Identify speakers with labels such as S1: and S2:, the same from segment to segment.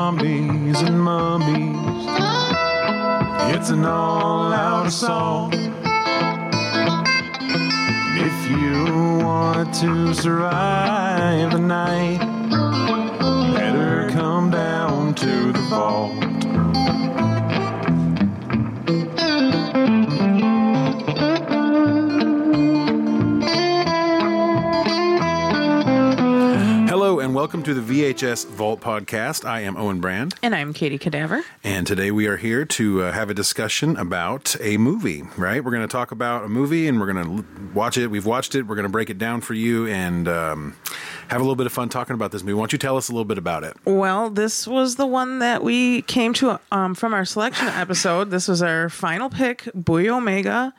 S1: daddies and mummies. It's an all out assault. If you want to survive the night, better come down to the vault.
S2: Hello and welcome to the VHS Vault podcast. I am Owen Brand,
S3: And I'm Katie Cadaver.
S2: and today we are here to uh, have a discussion about a movie, right? We're going to talk about a movie and we're going to l- watch it. We've watched it. We're going to break it down for you and um, have a little bit of fun talking about this movie. Why don't you tell us a little bit about it?
S3: Well, this was the one that we came to um, from our selection episode. This was our final pick, Boy Omega,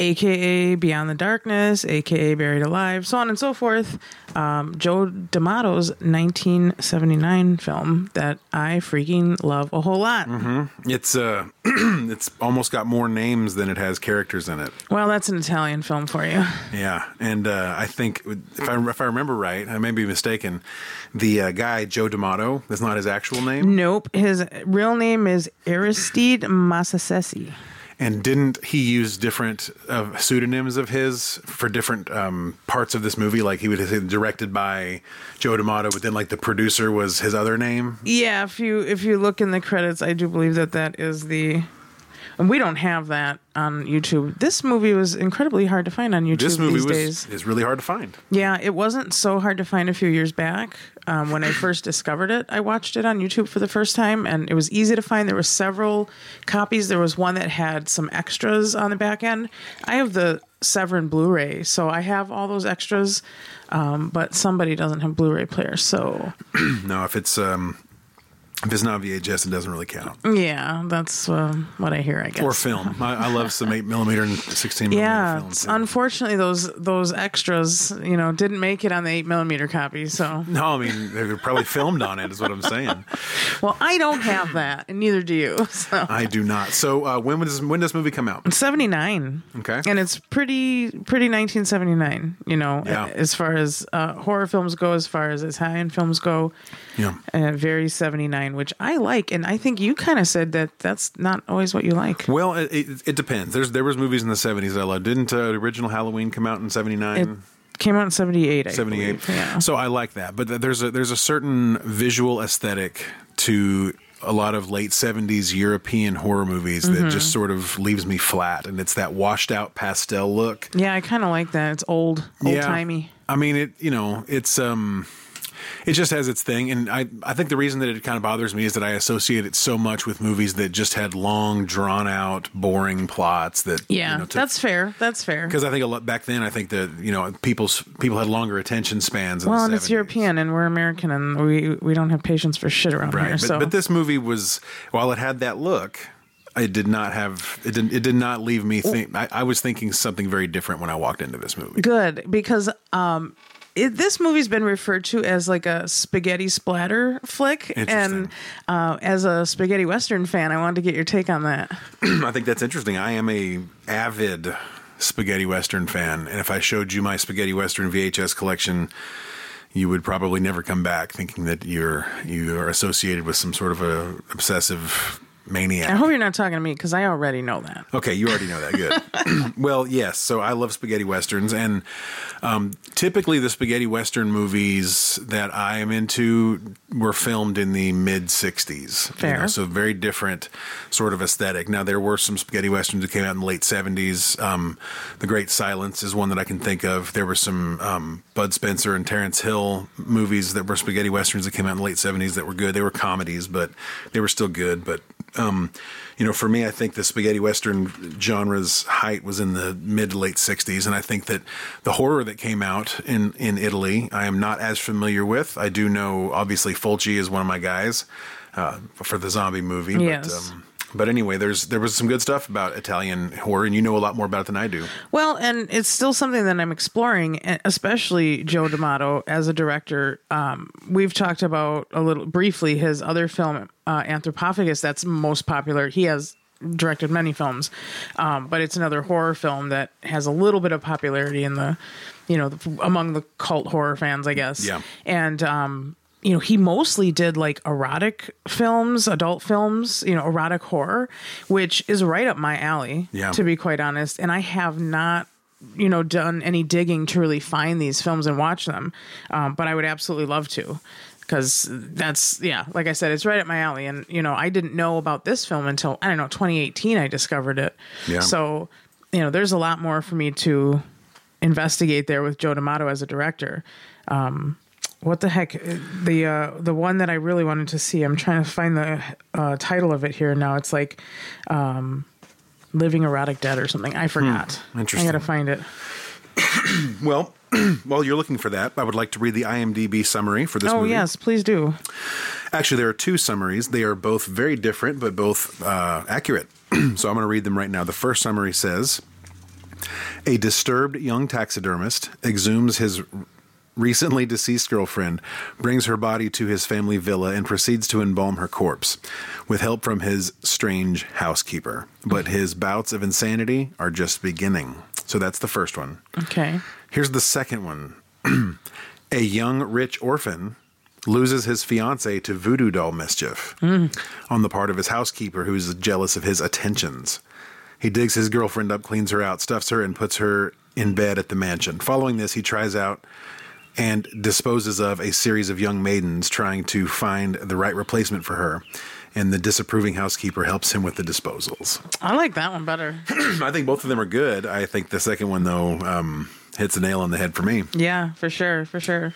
S3: aka Beyond the Darkness, aka Buried Alive, so on and so forth. Um, Joe D'Amato's 1979 film that I freaking love a whole lot.
S2: It's uh, it's almost got more names than it has characters in it.
S3: Well, that's an Italian film for you.
S2: Yeah, and uh, I think if I if I remember right, I may be mistaken. The uh, guy Joe D'Amato that's not his actual name,
S3: Nope. His real name is Aristide Massasesi.
S2: and didn't he use different uh, pseudonyms of his for different um, parts of this movie? Like he would have said directed by Joe D'Amato, but then like the producer was his other name.
S3: Yeah, if you if you look in the credits, I do believe that that is the. And we don't have that on YouTube. This movie was incredibly hard to find on YouTube
S2: This movie
S3: these
S2: was
S3: days.
S2: is really hard to find.
S3: Yeah, it wasn't so hard to find a few years back. Um, when I first discovered it, I watched it on YouTube for the first time, and it was easy to find. There were several copies. There was one that had some extras on the back end. I have the Severin Blu-ray, so I have all those extras. Um, but somebody doesn't have Blu-ray player, so
S2: No, if it's um, if it's not VHS, it doesn't really count.
S3: yeah, that's uh, what I hear. I guess
S2: Or film. I, I love some eight millimeter and sixteen millimeter
S3: Yeah,
S2: film.
S3: it's-
S2: too.
S3: unfortunately, those those extras, you know, didn't make it on the eight millimeter copy. So,
S2: no, I mean they were probably filmed on it. Is what I'm saying.
S3: well, I don't have that, and neither do you. So,
S2: I do not. So uh, when was when does this movie come out?
S3: seventy nine,
S2: Okay.
S3: and it's pretty pretty nineteen seventy nine. You know,
S2: Yeah.
S3: as far as uh, horror films go, as far as Italian films go,
S2: Yeah.
S3: uh, very seventy nine, which I like, and I think you kind of said that that's not always what you like.
S2: Well, it, it, it depends. There's there was movies in the 70s I loved. Didn't uh, the original Halloween come out in
S3: It
S2: 79?
S3: came out in seventy eight.
S2: 78.
S3: Yeah.
S2: So I like that. But th- there's a there's a certain visual aesthetic to a lot of late 70s European horror movies
S3: Mm-hmm.
S2: that just sort of leaves me flat and it's that washed out pastel look.
S3: Yeah, I kind of like that. It's old, old timey.
S2: I mean, it you know, it's um it just has its thing and I I think the reason that it kind of bothers me is that I associate it so much with movies that just had long drawn out boring plots that you
S3: Yeah,
S2: know, took
S3: that's fair. That's fair.
S2: because I think a lot back then. I think that you know people's people had longer attention spans. In
S3: Well,
S2: the
S3: and it's
S2: 70s.
S3: European, and we're American, and we we don't have patience for shit around
S2: right?
S3: here.
S2: But,
S3: so
S2: but this movie was while it had that look, it did not have it did it did not leave me think. I, I was thinking something very different when I walked into this movie.
S3: good because um, it, this movie's been referred to as like a spaghetti splatter flick, and
S2: Interesting.
S3: uh, as a spaghetti western fan, I wanted to get your take on that.
S2: I think that's interesting. I am a avid spaghetti western fan, and if I showed you my spaghetti western VHS collection. You would probably never come back, thinking that you're you are associated with some sort of a obsessive maniac.
S3: I hope you're not talking to me because I already know that.
S2: Okay, you already know that. Good. well, yes. So I love spaghetti westerns, and um, typically the spaghetti western movies that I am into were filmed in the mid '60s.
S3: Fair.
S2: so very different sort of aesthetic. Now there were some spaghetti westerns that came out in the late '70s. Um, the Great Silence is one that I can think of. There were some um, Bud Spencer and Terrence Hill movies that were spaghetti westerns that came out in the late '70s that were good. They were comedies, but they were still good. But um, you know, for me, I think the spaghetti western genre's height was in the mid to late '60s, and I think that the horror that came out in in Italy, I am not as familiar with. I do know, obviously, Fulci is one of my guys uh, for the zombie movie.
S3: Yes.
S2: But, um, but anyway, there's there was some good stuff about Italian horror, and you know a lot more about it than I do.
S3: Well, and it's still something that I'm exploring, and especially Joe D'Amato as a director. Um, we've talked about a little briefly his other film, uh, Anthropophagus, that's most popular. He has directed many films, um, but it's another horror film that has a little bit of popularity in the, you know, the, among the cult horror fans, I guess.
S2: Yeah.
S3: And um, you know, he mostly did like erotic films, adult films, you know, erotic horror, which is right up my alley,
S2: Yeah.
S3: to be quite honest. And I have not, you know, done any digging to really find these films and watch them. Um, but I would absolutely love to because that's, yeah, like I said, it's right up my alley. And, you know, I didn't know about this film until, I don't know, 2018, I discovered it.
S2: Yeah.
S3: So, you know, there's a lot more for me to investigate there with Joe D'Amato as a director. Um, what the heck? The uh, the one that I really wanted to see. I'm trying to find the uh, title of it here now. It's like um, Living Erotic Dead or something. I forgot.
S2: Hmm, interesting.
S3: I gotta find it.
S2: Well, while you're looking for that, I would like to read the IMDb summary for this
S3: Oh
S2: movie.
S3: yes, please do.
S2: Actually, there are two summaries. They are both very different, but both uh, accurate. so I'm going to read them right now. The first summary says A disturbed young taxidermist exhumes his recently deceased girlfriend, brings her body to his family villa, and proceeds to embalm her corpse with help from his strange housekeeper. But his bouts of insanity are just beginning. So that's the first one.
S3: Okay.
S2: Here's the second one. a young rich orphan loses his fiance to voodoo doll mischief on the part of his housekeeper who is jealous of his attentions. He digs his girlfriend up, cleans her out, stuffs her, and puts her in bed at the mansion. Following this, he tries out and disposes of a series of young maidens trying to find the right replacement for her. And the disapproving housekeeper helps him with the disposals.
S3: I like that one better.
S2: I think both of them are good. I think the second one, though, um, hits a nail on the head for me.
S3: Yeah, for sure, for sure.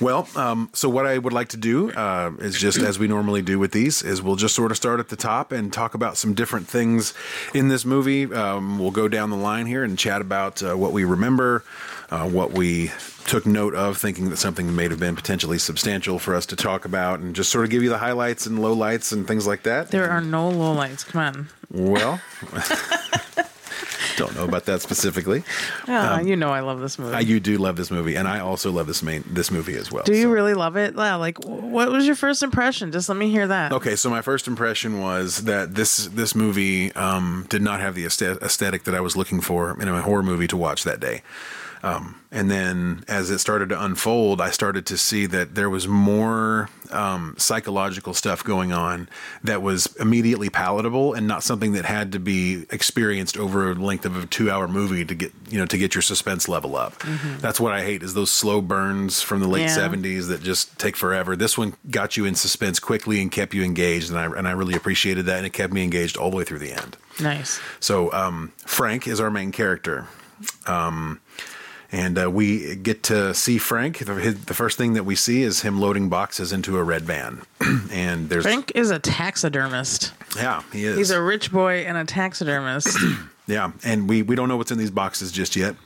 S2: Well, um, so what I would like to do uh, is just as we normally do with these is we'll just sort of start at the top and talk about some different things in this movie. Um, we'll go down the line here and chat about uh, what we remember, uh, what we took note of, thinking that something may have been potentially substantial for us to talk about, and just sort of give you the highlights and lowlights and things like that.
S3: There are no lowlights. Come on.
S2: well. Don't know about that specifically.
S3: Ah, you know I love this movie.
S2: Uh, you do love this movie, and I also love this main this movie as well.
S3: do you
S2: so.
S3: really love it? Yeah, like, wh- what was your first impression? Just let me hear that.
S2: Okay, so my first impression was that this this movie um, did not have the aesthet- aesthetic that I was looking for in a horror movie to watch that day. Um, and then as it started to unfold, I started to see that there was more um, psychological stuff going on that was immediately palatable and not something that had to be experienced over a length of a two-hour movie to get you know to get your suspense level up. That's what I hate is those slow burns from the late
S3: Yeah.
S2: '70s movies that just take forever. This one got you in suspense quickly and kept you engaged, and I and I really appreciated that, and it kept me engaged all the way through the end.
S3: Nice.
S2: So um, Frank is our main character. Um, and uh, we get to see Frank. The, his, the first thing that we see is him loading boxes into a red van. and there's
S3: Frank is a taxidermist.
S2: yeah, he is.
S3: He's a rich boy and a taxidermist.
S2: Yeah, and we we don't know what's in these boxes just yet.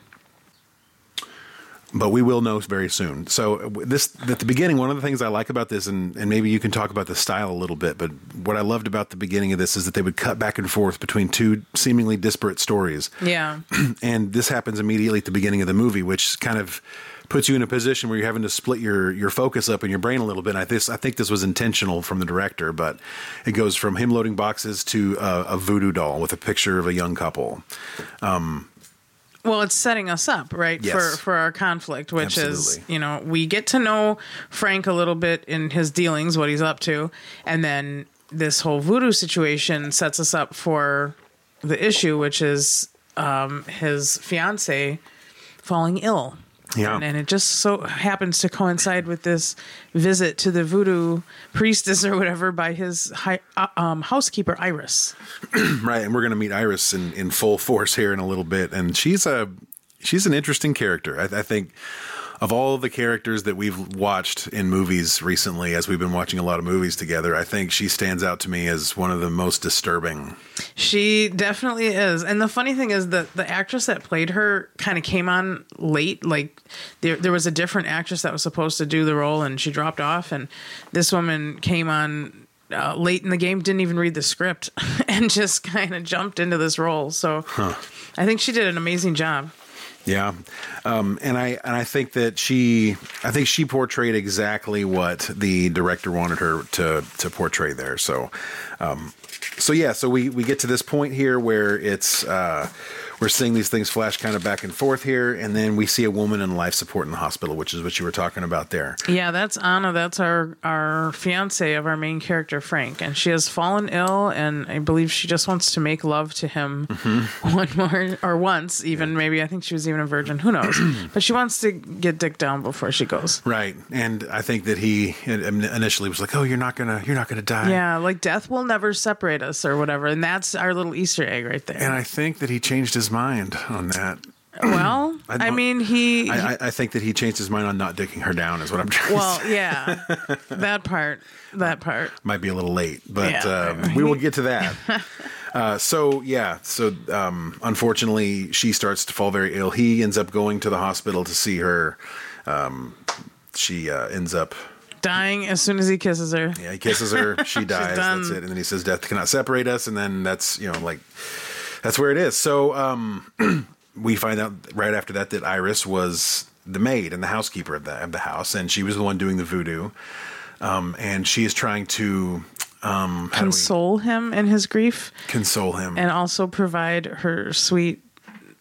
S2: But we will know very soon. So uh, w- this at the beginning, one of the things I like about this, and, and maybe you can talk about the style a little bit, but what I loved about the beginning of this is that they would cut back and forth between two seemingly disparate stories.
S3: yeah.
S2: and this happens immediately at the beginning of the movie, which kind of puts you in a position where you're having to split your your focus up in your brain a little bit. I this I think this was intentional from the director, but it goes from him loading boxes to uh, a voodoo doll with a picture of a young couple.
S3: Well, it's setting us up, right,
S2: Yes.
S3: for for our conflict, which is,
S2: Absolutely.
S3: you know, we get to know Frank a little bit in his dealings, what he's up to, and then this whole voodoo situation sets us up for the issue, which is um, his fiance falling ill.
S2: Yeah.
S3: And, and it just so happens to coincide with this visit to the voodoo priestess or whatever by his hi- uh, um, housekeeper, Iris.
S2: Right, and we're going to meet Iris in, in full force here in a little bit, and she's a she's an interesting character. I, I think of all the characters that we've watched in movies recently, as we've been watching a lot of movies together, I think she stands out to me as one of the most disturbing.
S3: She definitely is. And the funny thing is that the actress that played her kind of came on late. Like there there was a different actress that was supposed to do the role and she dropped off and this woman came on uh, late in the game, didn't even read the script and just kind of jumped into this role. So I think she did an amazing job.
S2: Yeah, um, and I and I think that she I think she portrayed exactly what the director wanted her to to portray there. So, um, so yeah, so we we get to this point here where it's uh, we're seeing these things flash kind of back and forth here, and then we see a woman in life support in the hospital, which is what you were talking about there.
S3: Yeah, that's Anna. That's our our fiance of our main character Frank, and she has fallen ill, and I believe she just wants to make love to him
S2: Mm-hmm.
S3: one more or once, even maybe I think she was even a virgin. Who knows? but she wants to get dick down before she goes.
S2: Right, and I think that he in- initially was like, "Oh, you're not gonna, you're not gonna die."
S3: Yeah, like death will never separate us or whatever, and that's our little Easter egg right
S2: And
S3: there.
S2: I think that he changed his mind on that.
S3: well,
S2: I
S3: I,
S2: don't-
S3: mean, he.
S2: I, I, I think that he changed his mind on not dicking her down. Is what I'm trying. to
S3: well, yeah, that part, that part.
S2: might be a little late, but
S3: Yeah,
S2: um,
S3: right.
S2: we will get to that. uh, so yeah, so um, unfortunately, she starts to fall very ill. He ends up going to the hospital to see her. Um, she uh, ends up.
S3: Dying as soon as he kisses her.
S2: Yeah, he kisses her. She dies. that's
S3: done.
S2: it. And then he says, "Death cannot separate us." And then that's you know like that's where it is. So um, we find out right after that that Iris was the maid and the housekeeper of the of the house, and she was the one doing the voodoo. Um, and she is trying to um, how do we-
S3: Console him in his grief.
S2: console him.
S3: and also provide her sweet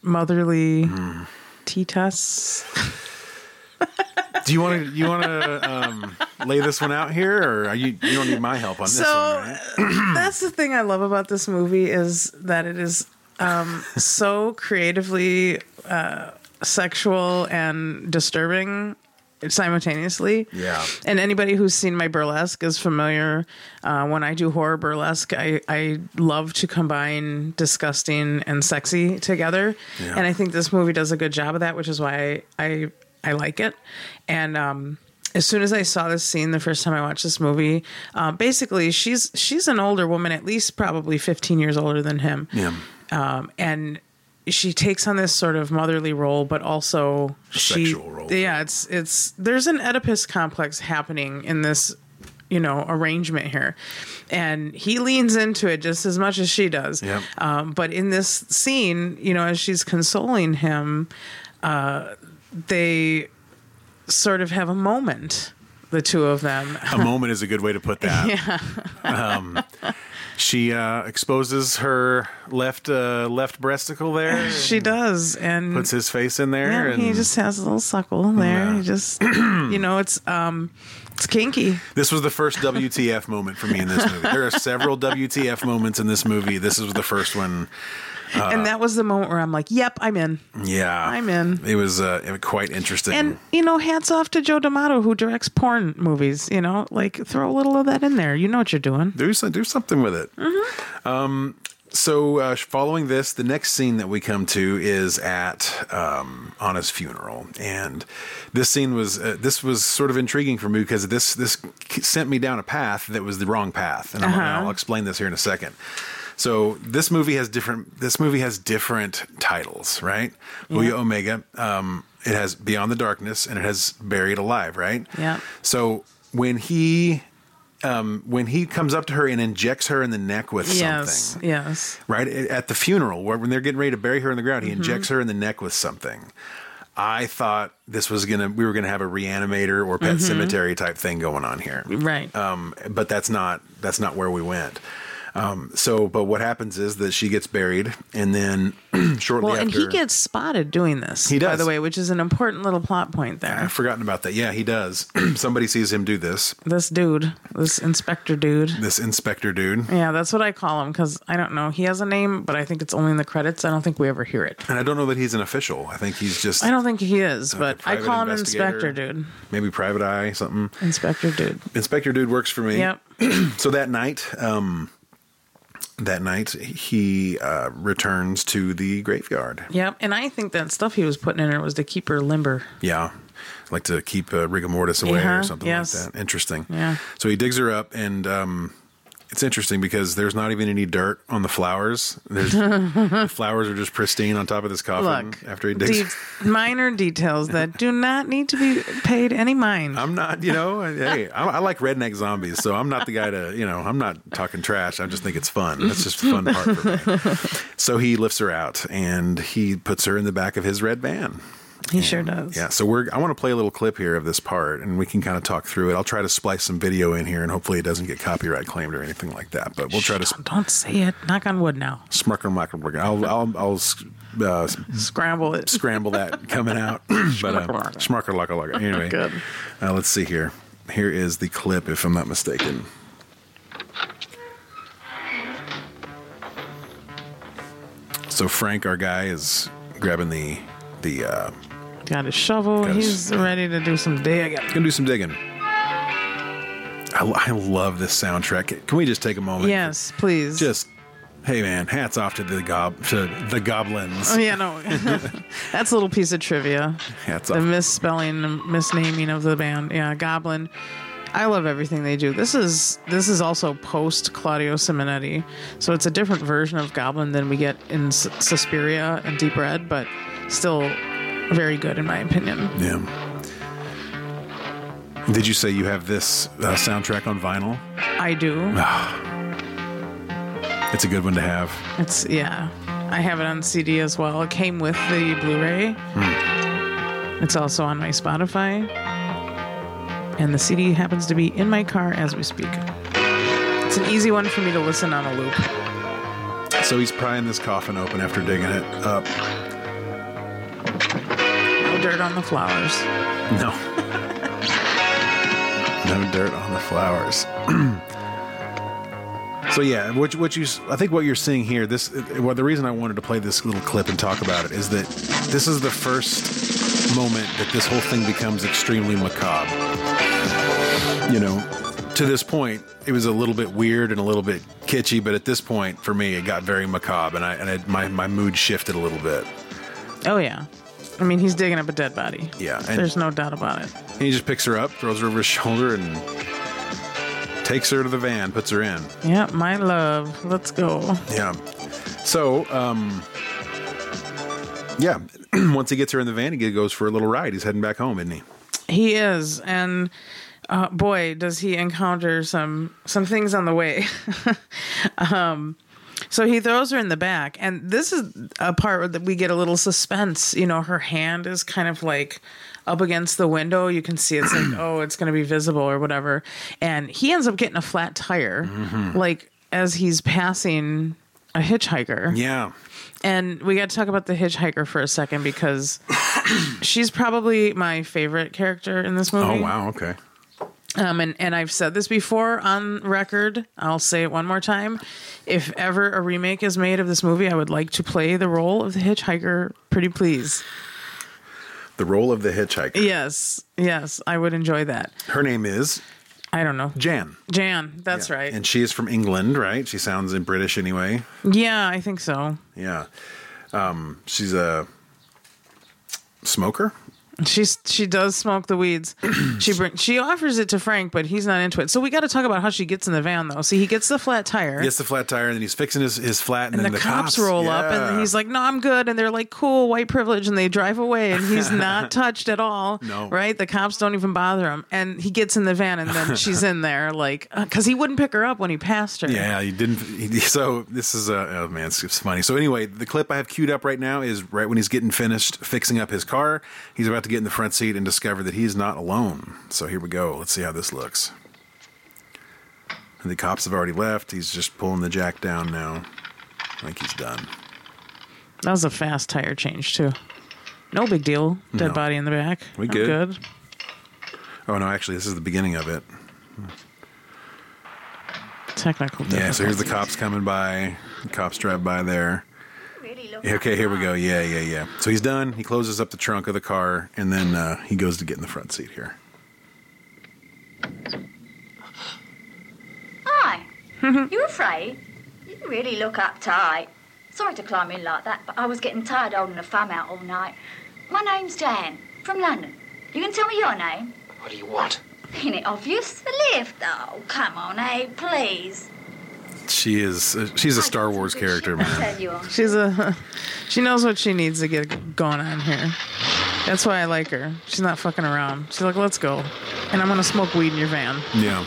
S3: motherly tea tests.
S2: Do you want to you want to um, lay this one out here, or are you you don't need my help on this
S3: So-
S2: one? Right?
S3: That's the thing I love about this movie is that it is um, so creatively uh, sexual and disturbing simultaneously.
S2: Yeah.
S3: And anybody who's seen my burlesque is familiar. Uh, when I do horror burlesque, I, I love to combine disgusting and sexy together.
S2: Yeah.
S3: And I think this movie does a good job of that, which is why I I like it. And um, as soon as I saw this scene the first time I watched this movie, uh, basically she's she's an older woman, at least probably 15 years older than him
S2: Yeah,
S3: um, and she takes on this sort of motherly role, but also she,
S2: Sexual role.
S3: Yeah, it's it's there's an Oedipus complex happening in this, you know, arrangement here, and he leans into it just as much as she does.
S2: Yep.
S3: Um, but in this scene, you know, as she's consoling him, uh, they sort of have a moment, the two of them.
S2: a moment is a good way to put that. Yeah. um, she uh, exposes her left uh, left breasticle there.
S3: She does, and
S2: puts his face in there,
S3: Yeah,
S2: and
S3: he just has a little suckle there. He just, you know, it's um, it's kinky.
S2: this was the first WTF moment for me in this movie. There are several WTF moments in this movie. This is the first one.
S3: and that was the moment where I'm like, "Yep, I'm in."
S2: Yeah,
S3: I'm in.
S2: It was uh, quite interesting.
S3: And you know, hats off to Joe D'Amato who directs porn movies. You know, like throw a little of that in there. You know what you're doing.
S2: do some, do something with it. Um,
S3: Mm-hmm.
S2: so uh, following this, the next scene that we come to is at um, Anna's funeral, and this scene was uh, this was sort of intriguing for me because this this sent me down a path that was the wrong path, and I'm,
S3: Uh-huh.
S2: I'll explain this here in a second. So this movie has different this movie has different titles, right? Buya Omega. Um, it has Beyond the Darkness and it has Buried Alive, right?
S3: Yeah.
S2: So when he when he comes up to her and injects her in the neck with
S3: Yes,
S2: something,
S3: yes.
S2: right? At the funeral, where when they're getting ready to bury her in the ground,
S3: Mm-hmm.
S2: he injects her in the neck with something. I thought this was gonna we were gonna have a reanimator or
S3: Mm-hmm.
S2: pet cemetery type thing going on here,
S3: Right.
S2: um, but that's not that's not where we went. Um, so, but what happens is that she gets buried, and then shortly after,
S3: well, and he gets spotted doing this.
S2: He
S3: by
S2: does.
S3: the way, which is an important little plot point there.
S2: I've forgotten about that. Yeah, he does. Somebody sees him do this.
S3: This dude, this inspector dude.
S2: This inspector dude.
S3: Yeah, that's what I call him because I don't know. He has a name, but I think it's only in the credits. I don't think we ever hear it.
S2: And I don't know that he's an official. I think he's just
S3: I don't think he is, but I
S2: private
S3: call him
S2: investigator.
S3: Inspector Dude.
S2: maybe private eye something.
S3: Inspector Dude.
S2: Inspector dude works for me.
S3: Yep.
S2: So that night, um, that night he uh, returns to the graveyard.
S3: Yep. And I think that stuff he was putting in her was to keep her limber.
S2: Yeah, like to keep uh, rigor mortis away
S3: Uh-huh,
S2: or something
S3: yes.
S2: like that. Interesting.
S3: Yeah.
S2: So he digs her up, and um, it's interesting because there's not even any dirt on the flowers. There's, the flowers are just pristine on top of this coffin.
S3: Look,
S2: after he digs.
S3: de- minor details that do not need to be paid any mind.
S2: I'm not, you know, hey, I, I like redneck zombies, so I'm not the guy to, you know, I'm not talking trash. I just think it's fun. That's just the fun part for me. So he lifts her out and he puts her in the back of his red van.
S3: He sure does.
S2: Yeah, so we're I want to play a little clip here of this part, and we can kind of talk through it. I'll try to splice some video in here, and hopefully it doesn't get copyright claimed or anything like that. But we'll try to
S3: Don't, don't say it. Knock on wood now.
S2: smirker microburger. I'll I'll, I'll uh,
S3: Scramble it.
S2: scramble that coming out. but uh,
S3: Schmarker-laka.
S2: smarker laka laka. Anyway,
S3: Good.
S2: Uh, let's see here. Here is the clip, if I'm not mistaken. So Frank, our guy, is grabbing the the. Uh,
S3: Got his shovel.
S2: Got his-
S3: He's ready to do some digging.
S2: Gonna do some digging. I, I love this soundtrack. Can we just take a moment?
S3: Yes, please.
S2: Just, hey man, hats off to the gob to the goblins.
S3: Oh, yeah, no. That's a little piece of trivia.
S2: Hats
S3: the
S2: off.
S3: misspelling and misnaming of the band. Yeah, Goblin. I love everything they do. This is this is also post Claudio Simonetti, so it's a different version of Goblin than we get in S- Suspiria and Deep Red, but still very good in my opinion.
S2: yeah. Did you say you have this uh, soundtrack on vinyl?
S3: I do.
S2: It's a good one to have.
S3: It's yeah. I have it on CD as well. It came with the Blu-ray. It's also on my Spotify. And the CD happens to be in my car as we speak. It's an easy one for me to listen on a loop.
S2: So he's prying this coffin open after digging it up.
S3: No dirt on the flowers.
S2: No. no dirt on the flowers. so yeah, what what you I think what you're seeing here this well the reason I wanted to play this little clip and talk about it is that this is the first moment that this whole thing becomes extremely macabre. You know, to this point it was a little bit weird and a little bit kitschy, but at this point for me it got very macabre and I and it, my my mood shifted a little bit.
S3: Oh yeah. I mean, he's digging up a dead body.
S2: Yeah, and-
S3: There's no doubt about it.
S2: And he just picks her up, throws her over his shoulder, and takes her to the van, puts her in.
S3: Yeah, my love. Let's go.
S2: Yeah. So, um, yeah, once he gets her in the van, he goes for a little ride. He's heading back home, isn't he?
S3: He is, and uh, boy, does he encounter some some things on the way. um, so he throws her in the back, and this is a part that we get a little suspense. You know, her hand is kind of like up against the window. You can see it's like, oh, it's going to be visible or whatever. And he ends up getting a flat tire, like as he's passing a hitchhiker.
S2: Yeah.
S3: And we got to talk about the hitchhiker for a second because she's probably my favorite character in this movie.
S2: Oh, wow. Okay.
S3: Um, and, and I've said this before on record. I'll say it one more time. If ever a remake is made of this movie, I would like to play the role of the hitchhiker, pretty please.
S2: The role of the hitchhiker.
S3: Yes, yes, I would enjoy that.
S2: Her name is
S3: I don't know.
S2: Jan.
S3: Jan, that's right.
S2: And she is from England, right? She sounds in British anyway.
S3: yeah, I think so.
S2: Yeah. Um, she's a smoker.
S3: She's she does smoke the weeds. she bring, she offers it to Frank, but he's not into it. So we got to talk about how she gets in the van though. See, he gets the flat tire.
S2: Gets the flat tire, and then he's fixing his, his flat, and,
S3: and
S2: then
S3: the, cops, roll up and
S2: Yeah.
S3: he's like no i'm good and they're like cool white privilege and they drive away and he's not touched at all
S2: No.
S3: right the cops don't even bother him and he gets in the van and then she's in there like because he wouldn't pick her up when he passed her
S2: Yeah, you didn't. He, so this is uh, oh man, it's, it's funny. So anyway, the clip I have queued up right now is right when he's getting finished fixing up his car. He's about to get in the front seat and discover that he's not alone. So here we go. Let's see how this looks. And the cops have already left. He's just pulling the jack down now. I think he's done.
S3: that was a fast tire change too no big deal dead
S2: No.
S3: body in the back
S2: We
S3: I'm
S2: good.
S3: good
S2: Oh no, actually, this is the beginning of it.
S3: technical
S2: Yeah. So here's the cops coming by. The cops drive by there. Yeah, Okay, here we go. Yeah, yeah, yeah. So he's done. He closes up the trunk of the car, and then uh, he goes to get in the front seat here.
S4: Hi. you afraid? You really look uptight. Sorry to climb in like that, but I was getting tired holding a thumb out all night. My name's Jan, from London. You can tell me your name.
S5: What do you want?
S4: Ain't it obvious? The lift. Oh, come on, Abe, please.
S2: She is. Uh, she's a Star Wars character, man.
S4: Turn you on.
S3: she's a she knows what she needs to get going on here that's why I like her. She's not fucking around. She's like, let's go. And I'm going to smoke weed in your van.
S2: Yeah.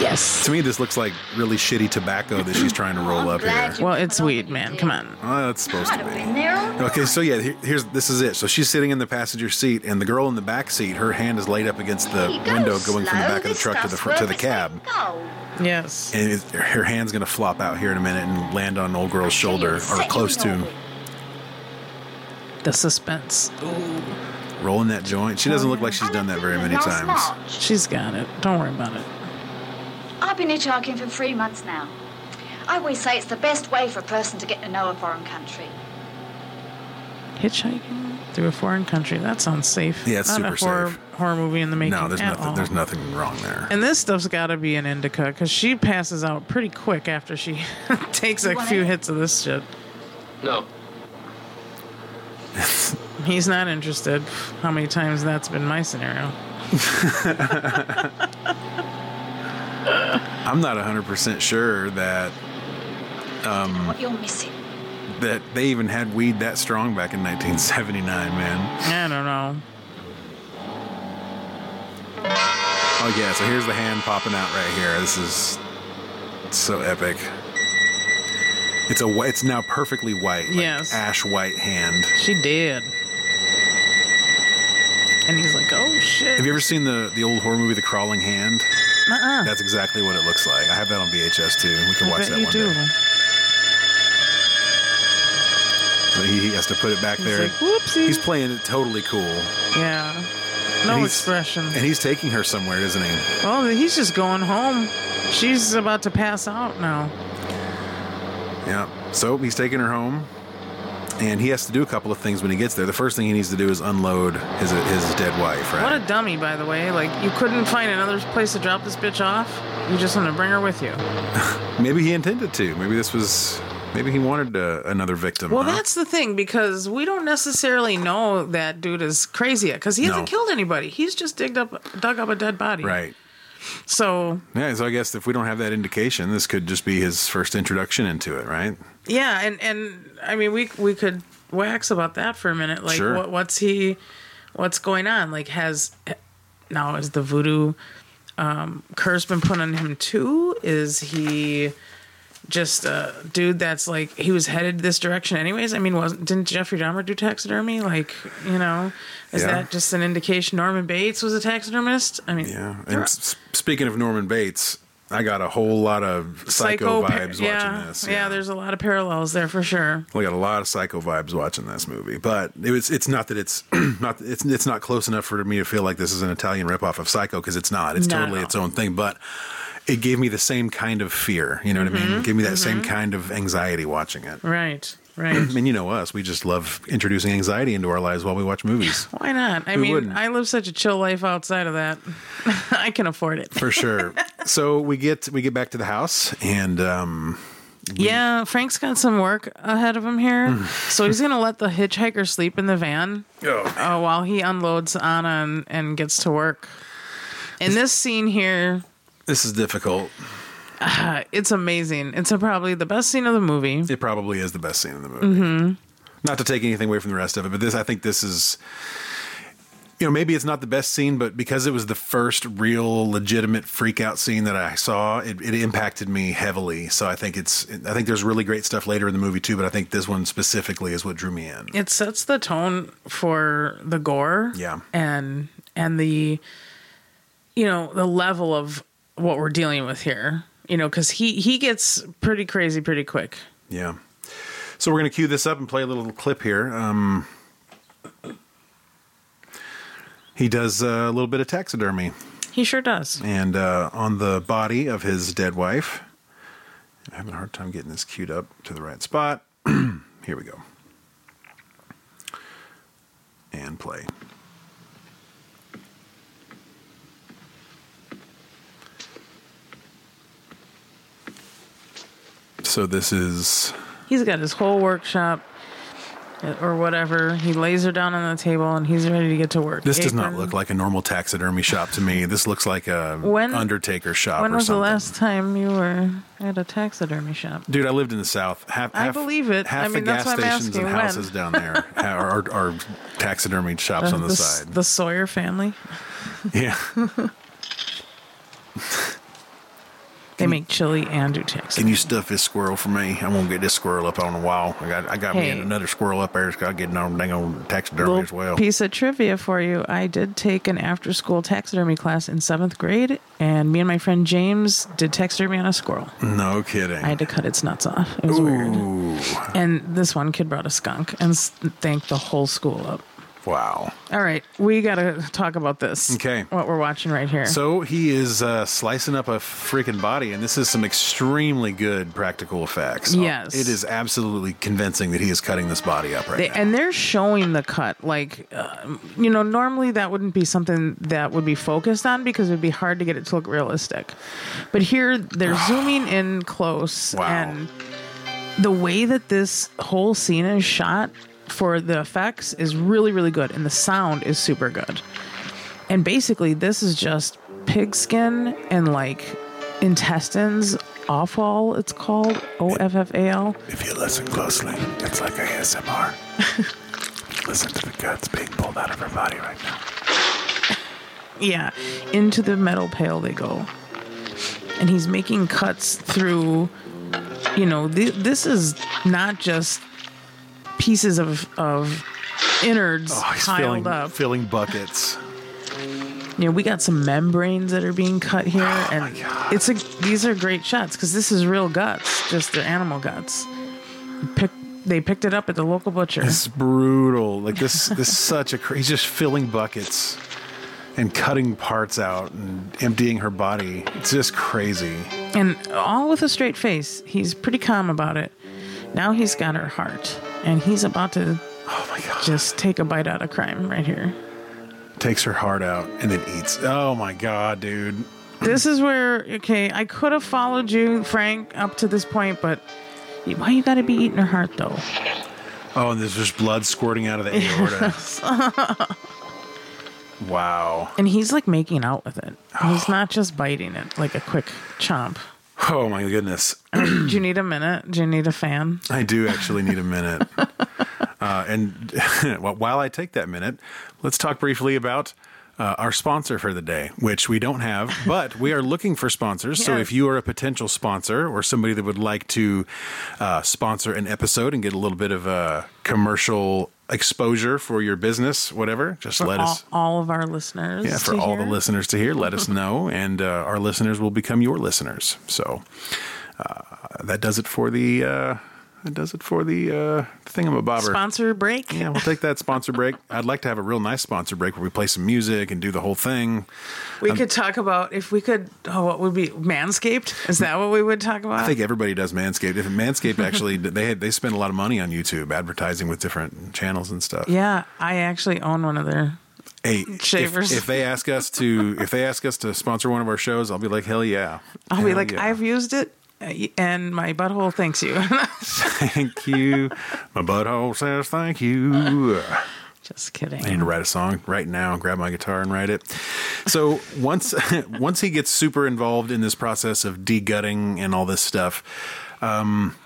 S3: Yes.
S2: To me, this looks like really shitty tobacco that she's trying to roll up here.
S3: Well, it's weed, man. Come on.
S2: Well, that's supposed
S4: I'd
S2: to
S4: have
S2: be.
S4: been there all
S2: Okay, so yeah, here- here's this is it. So she's sitting in the passenger seat, and the girl in the back seat, her hand is laid up against the
S4: You go
S2: window, going from the
S4: slow,
S2: back of the
S4: this
S2: truck to the
S4: stuff's
S2: front to the
S4: worth a
S2: cab,
S4: gold.
S3: Yes.
S2: and it, her hand's gonna flop out here in a minute and land on old girl's shoulder or
S4: Set
S2: close
S4: you
S2: to.
S4: normal.
S3: The suspense.
S2: Rolling that joint. She doesn't look like she's
S4: I
S2: done that
S4: left
S2: very
S4: Finland
S2: many
S4: last
S2: times.
S4: March.
S3: She's got it. Don't worry about it.
S4: I've been hitchhiking for three months now. I always say it's the best way for a person to get to know a foreign country.
S3: Hitchhiking through a foreign country. That sounds safe.
S2: Yeah, it's
S3: Not a
S2: super
S3: horror,
S2: safe.
S3: Horror movie in the making.
S2: No, there's
S3: at
S2: nothing.
S3: all.
S2: There's nothing wrong there.
S3: And this stuff's got to be an indica because she passes out pretty quick after she takes a few hits of this shit.
S5: No.
S3: He's not interested. How many times that's been my scenario?
S2: I'm not 100 percent sure that
S4: What you're missing.
S2: that they even had weed that strong back in 1979, man.
S3: I don't know.
S2: Oh yeah, so here's the hand popping out right here. This is so epic. It's a wh- it's now perfectly white, like
S3: Yes.
S2: ash white hand.
S3: She did. And he's like, oh shit.
S2: Have you ever seen the the old horror movie The Crawling Hand?
S3: uh-uh.
S2: That's exactly what it looks like. I have that on VHS too. We can
S3: I
S2: watch
S3: bet
S2: that
S3: you
S2: one
S3: do.
S2: day. So he, he has to put it back
S3: He's
S2: there.
S3: like, whoopsie.
S2: He's playing it totally cool.
S3: yeah. No
S2: And he's-
S3: expression.
S2: And he's taking her somewhere, isn't he?
S3: Oh, he's just going home. She's about to pass out now.
S2: Yeah. So he's taking her home, and he has to do a couple of things when he gets there. The first thing he needs to do is unload his his dead wife,
S3: What
S2: right?
S3: a dummy, by the way. Like, you couldn't find another place to drop this bitch off. You just want to bring her with you.
S2: maybe he intended to. Maybe this was. Maybe he wanted uh, another victim.
S3: Well,
S2: huh?
S3: that's the thing because we don't necessarily know that dude is crazy yet because he
S2: No.
S3: hasn't killed anybody. He's just digged up, dug up a dead body.
S2: right.
S3: So,
S2: Yeah. So I guess if we don't have that indication, this could just be his first introduction into it, right?
S3: yeah, and and I mean, we we could wax about that for a minute. Like,
S2: Sure.
S3: what what's he, what's going on? Like, has now is the voodoo um, curse been put on him too? Is he? Just a dude that's like he was headed this direction, anyways. I mean, wasn't didn't Jeffrey Dahmer do taxidermy? Like, you know, is
S2: Yeah.
S3: that just an indication Norman Bates was a taxidermist? I mean,
S2: Yeah.
S3: there
S2: And
S3: are-
S2: s- speaking of Norman Bates, I got a whole lot of psycho,
S3: par-
S2: vibes
S3: yeah,
S2: watching this.
S3: Yeah. there's a lot of parallels there for sure.
S2: We got a lot of psycho vibes watching this movie, but it was, it's not that it's not it's it's not close enough for me to feel like this is an Italian ripoff of Psycho because it's not. It's
S3: Not at
S2: totally
S3: all.
S2: its own thing, but it gave me the same kind of fear. You know what
S3: Mm-hmm.
S2: I mean? It gave me that same kind of anxiety watching it.
S3: Right, right.
S2: I mean, you know us. We just love introducing anxiety into our lives while we watch movies.
S3: Why not? I
S2: Who
S3: mean,
S2: wouldn't?
S3: I live such a chill life outside of that. I can afford it.
S2: For sure. so we get we get back to the house and um
S3: Yeah, Frank's got some work ahead of him here.
S2: Mm.
S3: so he's going to let the hitchhiker sleep in the van uh, while he unloads Anna and, and gets to work. In this scene here,
S2: this is difficult.
S3: uh, it's amazing. It's a, probably the best scene of the movie.
S2: It probably is the best scene in the movie. Not to take anything away from the rest of it, but this I think this is you know, maybe it's not the best scene, but because it was the first real legitimate freak out scene that I saw, it, it impacted me heavily. So I think it's I think there's really great stuff later in the movie too, but I think this one specifically is what drew me in.
S3: it sets the tone for the gore
S2: Yeah.
S3: and and the you know the level of what we're dealing with here you know because he he gets pretty crazy pretty quick
S2: Yeah. So we're gonna cue this up and play a little clip here. Um he does uh, a little bit of taxidermy.
S3: he sure does
S2: and uh, on the body of his dead wife. I'm having a hard time getting this queued up to the right spot. Here we go. And play. So this is
S3: he's got his whole workshop uh, or whatever he lays her down on the table and he's ready to get to work
S2: this does not
S3: Apron.
S2: look like a normal taxidermy shop to me. This looks like a
S3: When-
S2: undertaker shop
S3: when
S2: or
S3: was
S2: something.
S3: the last time you were at a taxidermy shop
S2: Dude, I lived in the South. Half,
S3: I
S2: half-
S3: believe it.
S2: Half
S3: I mean,
S2: the
S3: that's
S2: gas
S3: why I'm
S2: stations
S3: asking
S2: and
S3: when.
S2: houses down there are, are, are taxidermy
S3: Uh,
S2: shops on the,
S3: s-
S2: side.
S3: the sawyer family
S2: yeah.
S3: They make chili and do Texas.
S2: Can you stuff this squirrel for me? I'm gonna get this squirrel up on a wall. I got I got
S3: Hey.
S2: me another squirrel up there. It's got to get an old dang old taxidermy
S3: Little
S2: as well.
S3: piece of trivia for you. I did take an after school taxidermy class in seventh grade, and me and my friend James did taxidermy on a squirrel.
S2: No kidding.
S3: I had to cut its nuts off. It was weird.
S2: Ooh,
S3: And this one kid brought a skunk and s- thanked the whole school up.
S2: wow.
S3: All right, we got to talk about this.
S2: Okay.
S3: What we're watching right here.
S2: So he is uh, slicing up a freaking body, and this is some extremely good practical effects.
S3: Yes.
S2: it is absolutely convincing that he is cutting this body up right
S3: They,
S2: now.
S3: and they're showing the cut. Like, uh, you know, normally that wouldn't be something that would be focused on because it would be hard to get it to look realistic. But here they're zooming in close.
S2: Wow.
S3: And the way that this whole scene is shot for the effects is really, really good. And the sound is super good. And basically, this is just pig skin and like intestines, offal, it's called O F F A L.
S2: If you listen closely, it's like ASMR. listen to the guts being pulled out of her body right now.
S3: Yeah, into the metal pail they go. And he's making cuts through, you know, th- this is not just pieces of, of innards
S2: Oh, he's
S3: piled
S2: filling,
S3: up.
S2: filling buckets.
S3: You know, we got some membranes that are being cut here, and
S2: Oh, God.
S3: it's a, these are great shots because this is real guts, just they're animal guts. Pick, they picked it up at the local butcher.
S2: It's brutal. Like this, this is such a. cra- He's just filling buckets and cutting parts out and emptying her body. It's just crazy.
S3: And all with a straight face. He's pretty calm about it. Now he's got her heart. And he's about to
S2: Oh my god!
S3: just take a bite out of crime right here.
S2: Takes her heart out and then eats. Oh my god, dude!
S3: This is where, okay, I could have followed you, Frank, up to this point, but why you gotta be eating her heart though?
S2: Oh, and there's just blood squirting out of the aorta. wow.
S3: And he's like making out with it. He's not just biting it like a quick chomp.
S2: Oh my goodness.
S3: Do you need a minute? Do you need a fan?
S2: I do actually need a minute. uh, and while I take that minute, let's talk briefly about uh, our sponsor for the day, which we don't have, but we are looking for sponsors. So
S3: Yes.
S2: if you are a potential sponsor or somebody that would like to uh, sponsor an episode and get a little bit of uh, commercial exposure for your business, whatever, just let
S3: all,
S2: us.
S3: all of our listeners.
S2: Yeah, for
S3: to
S2: all the
S3: hear.
S2: listeners to hear, let us know, and uh, our listeners will become your listeners. So uh, that does it for the uh, that does it for the uh, thingamabobber.
S3: Sponsor break.
S2: yeah, we'll take that sponsor break. I'd like to have a real nice sponsor break where we play some music and do the whole thing.
S3: We could talk about if we could. Oh, what would be Manscaped? Is that what we would talk about?
S2: I think everybody does Manscaped. If Manscaped actually, they had, they spend a lot of money on YouTube advertising with different channels and stuff.
S3: yeah, I actually own one of their.
S2: Hey, if-
S3: Shavers.
S2: If, they ask us to, if they ask us to sponsor one of our shows, I'll be like, hell yeah.
S3: I'll be
S2: Hell
S3: like,
S2: yeah.
S3: I've used it, uh, and my butthole thanks you.
S2: thank you. My butthole says thank you.
S3: Just kidding.
S2: I need to write a song right now. Grab my guitar and write it. So once once he gets super involved in this process of degutting and all this stuff, um,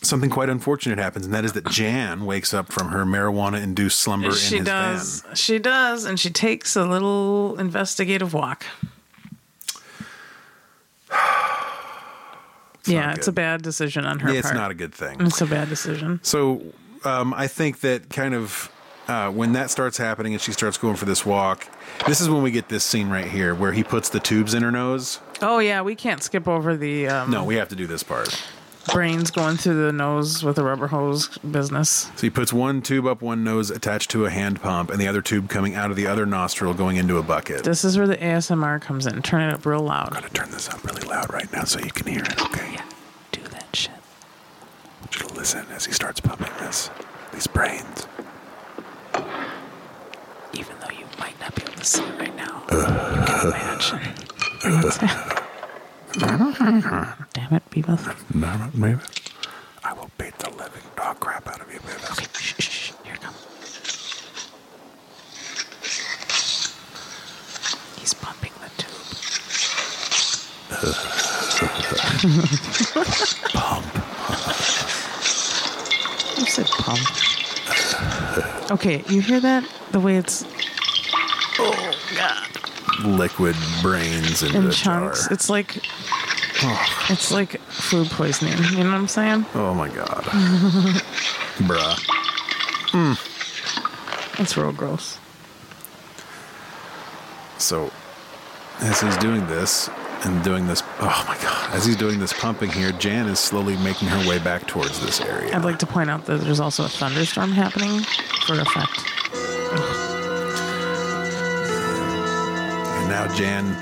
S2: something quite unfortunate happens, and that is that Jan wakes up from her marijuana-induced slumber
S3: she
S2: in his
S3: does.
S2: van.
S3: She does, and she takes a little investigative walk. yeah,
S2: not
S3: it's
S2: good.
S3: a bad decision on her
S2: Yeah, it's
S3: part. Mm.
S2: not a good thing.
S3: it's a bad decision.
S2: So um, I think that kind of uh, when that starts happening and she starts going for this walk, this is when we get this scene right here where he puts the tubes in her nose.
S3: Oh yeah, we can't skip over the um,
S2: No, we have to do this part.
S3: brains going through the nose with a rubber hose business.
S2: So he puts one tube up one nose attached to a hand pump and the other tube coming out of the other nostril going into a bucket.
S3: This is where the ASMR comes in. Turn it up real loud.
S2: to turn this up really loud right now so you can hear it, okay?
S3: Do that shit.
S2: Just listen as he starts pumping this. These brains.
S3: Even though you might not be able to see it right now, you can imagine. What's that? Damn it, Beavis.
S2: No, maybe. I will beat the living dog crap out of you, baby.
S3: Shh, shh, shh. Here it comes. He's pumping the tube. Pump. You said pump. Okay, you hear that? The way it's
S2: Liquid brains into
S3: in
S2: a
S3: chunks.
S2: jar.
S3: It's like It's like food poisoning. You know what I'm saying?
S2: Oh my god. Bruh.
S3: It's real gross.
S2: So as he's doing this and doing this oh my god. As he's doing this pumping here, Jan is slowly making her way back towards this area.
S3: I'd like to point out that there's also a thunderstorm happening for effect.
S2: And now Jan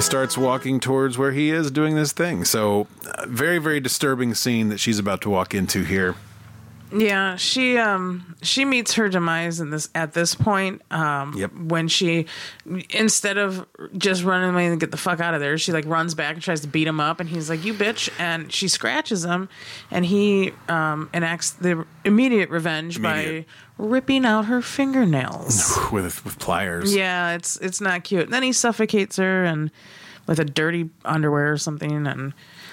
S2: starts walking towards where he is doing this thing. So, uh, very, very disturbing scene that she's about to walk into here.
S3: Yeah, she um she meets her demise in this at this point. Um
S2: Yep.
S3: when she instead of just running away and get the fuck out of there, she like runs back and tries to beat him up and he's like, You bitch and she scratches him and he um enacts the immediate revenge
S2: Immediate.
S3: by ripping out her fingernails.
S2: with with pliers.
S3: yeah, it's it's not cute. then he suffocates her and with a dirty underwear or something and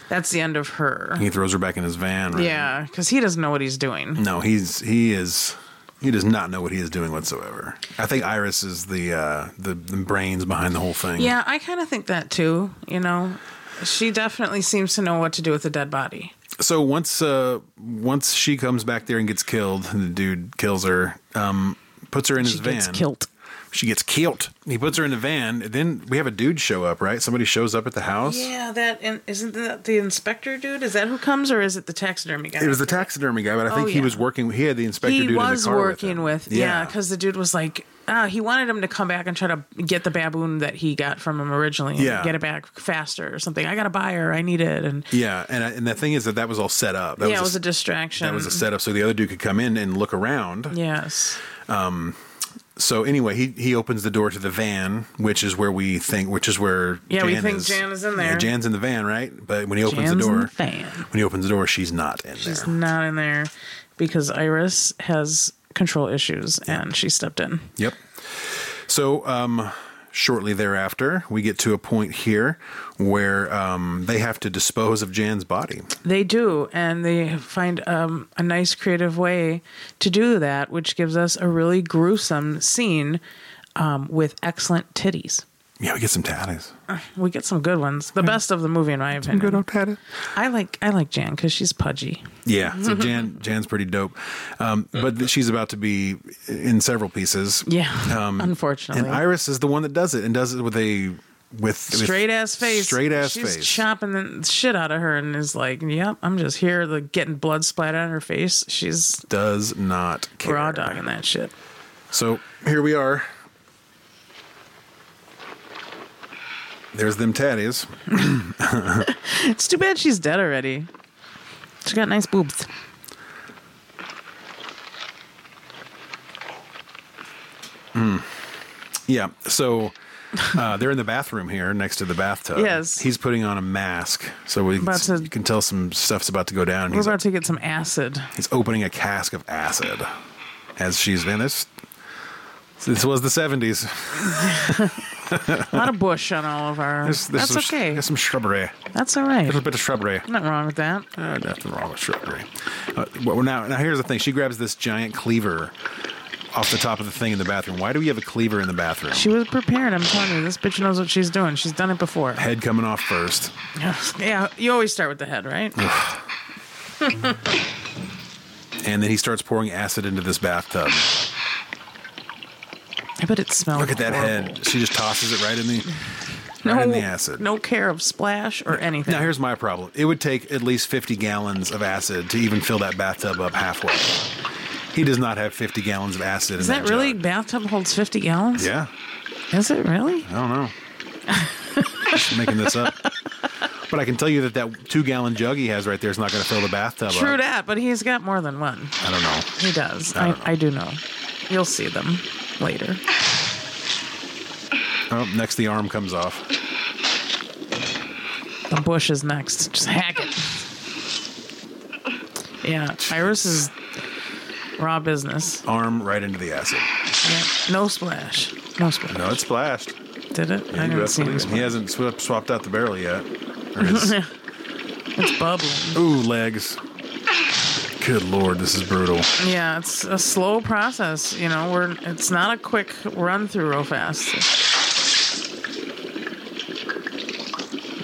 S3: that's the end of her.
S2: He throws her back in his van. right?
S3: Yeah, because he doesn't know what he's doing.
S2: No, he's he is he does not know what he is doing whatsoever. I think Iris is the uh the, the brains behind the whole thing.
S3: Yeah, I kind of think that too. You know, she definitely seems to know what to do with a dead body.
S2: So once uh once she comes back there and gets killed and the dude kills her, um puts her in
S3: She
S2: his van.
S3: gets killed.
S2: She gets killed. He puts her in the van. Then we have a dude show up, right? Somebody shows up at the house.
S3: Yeah, that and isn't that the inspector dude? Is that who comes, or is it the taxidermy guy?
S2: It was the taxidermy guy, but I
S3: Oh,
S2: think he
S3: yeah.
S2: was working. He had the inspector
S3: he
S2: dude
S3: was
S2: in the car
S3: working with,
S2: with, him.
S3: yeah, because the dude was like, uh, he wanted him to come back and try to get the baboon that he got from him originally, and
S2: Yeah.
S3: get it back faster or something. I got a buyer, I need it, and
S2: yeah. And I, and the thing is that that was all set up. That
S3: yeah, it was a
S2: s-
S3: distraction.
S2: that was a setup so the other dude could come in and look around.
S3: yes,
S2: So anyway, he he opens the door to the van, which is where we think, which is where
S3: Yeah, we think
S2: is.
S3: Jan is in
S2: Yeah,
S3: there.
S2: Jan's in the van, right? But when he opens
S3: Jan's
S2: the
S3: in
S2: door,
S3: the van.
S2: when he opens the door, she's not in
S3: she's
S2: there.
S3: not in there because Iris has control issues and she stepped in.
S2: Yep. So um, shortly thereafter, we get to a point here where um, they have to dispose of Jan's body.
S3: They do, and they find um, a nice creative way to do that, which gives us a really gruesome scene um, with excellent titties.
S2: Yeah, we get some tatties.
S3: We get some good ones, the best of the movie in my
S2: Good
S3: opinion.
S2: old tatties.
S3: I like I like Jan because she's pudgy.
S2: Yeah, so Jan Jan's pretty dope, um, but th- she's about to be in several pieces.
S3: Yeah,
S2: Um,
S3: unfortunately,
S2: and Iris is the one that does it and does it with a with
S3: straight ass face,
S2: straight ass
S3: she's
S2: face.
S3: chopping the shit out of her, and is like, "Yep, I'm just here, like getting blood splattered on her face." She's
S2: does not care.
S3: raw dogging that shit.
S2: So here we are. There's them tatties.
S3: It's too bad she's dead already. She got nice boobs.
S2: Yeah. So uh, they're in the bathroom here next to the bathtub.
S3: Yes.
S2: He's putting on a mask. So we
S3: About to-
S2: you can tell some stuff's about to go down.
S3: We're
S2: He's,
S3: about to get some acid.
S2: he's opening a cask of acid as she's in this. This was the 70s.
S3: A lot of bush on all of our.
S2: There's- there's
S3: That's
S2: some sh-
S3: okay.
S2: There's some shrubbery.
S3: That's all right.
S2: A little bit of shrubbery.
S3: Nothing wrong with that.
S2: Uh, nothing wrong with shrubbery. Uh, well, now, now here's the thing. She grabs this giant cleaver off the top of the thing in the bathroom. Why do we have a cleaver in the bathroom?
S3: She was prepared. I'm telling you, this bitch knows what she's doing. She's done it before.
S2: Head coming off first.
S3: yeah, you always start with the head, right?
S2: And then he starts pouring acid into this bathtub.
S3: I bet it smells.
S2: Look at that
S3: horrible.
S2: head. She just tosses it right in the
S3: No,
S2: right in the acid.
S3: no care of splash or anything.
S2: Now here's my problem. It would take at least 50 gallons of acid to even fill that bathtub up halfway. He does not have 50 gallons of acid.
S3: Is
S2: in
S3: that really
S2: jug.
S3: bathtub holds 50 gallons?
S2: Yeah.
S3: Is it really?
S2: I don't know. Just making this up. But I can tell you that that two gallon jug he has right there is not going to fill the bathtub
S3: True
S2: up.
S3: that, but he's got more than one.
S2: I don't know.
S3: He does.
S2: I
S3: I,
S2: don't know.
S3: I do know. You'll see them later.
S2: Oh, next the arm comes off.
S3: The bush is next. Just hack it. Yeah, Iris is raw business.
S2: Arm right into the acid.
S3: Yeah, No splash. No splash.
S2: No, it's splashed.
S3: Did it? I didn't see any
S2: he
S3: splash.
S2: hasn't sw- swapped out the barrel yet. Or his-
S3: It's bubbling.
S2: ooh, legs. Good lord, this is brutal.
S3: Yeah, it's a slow process. You know, we're it's not a quick run through real fast.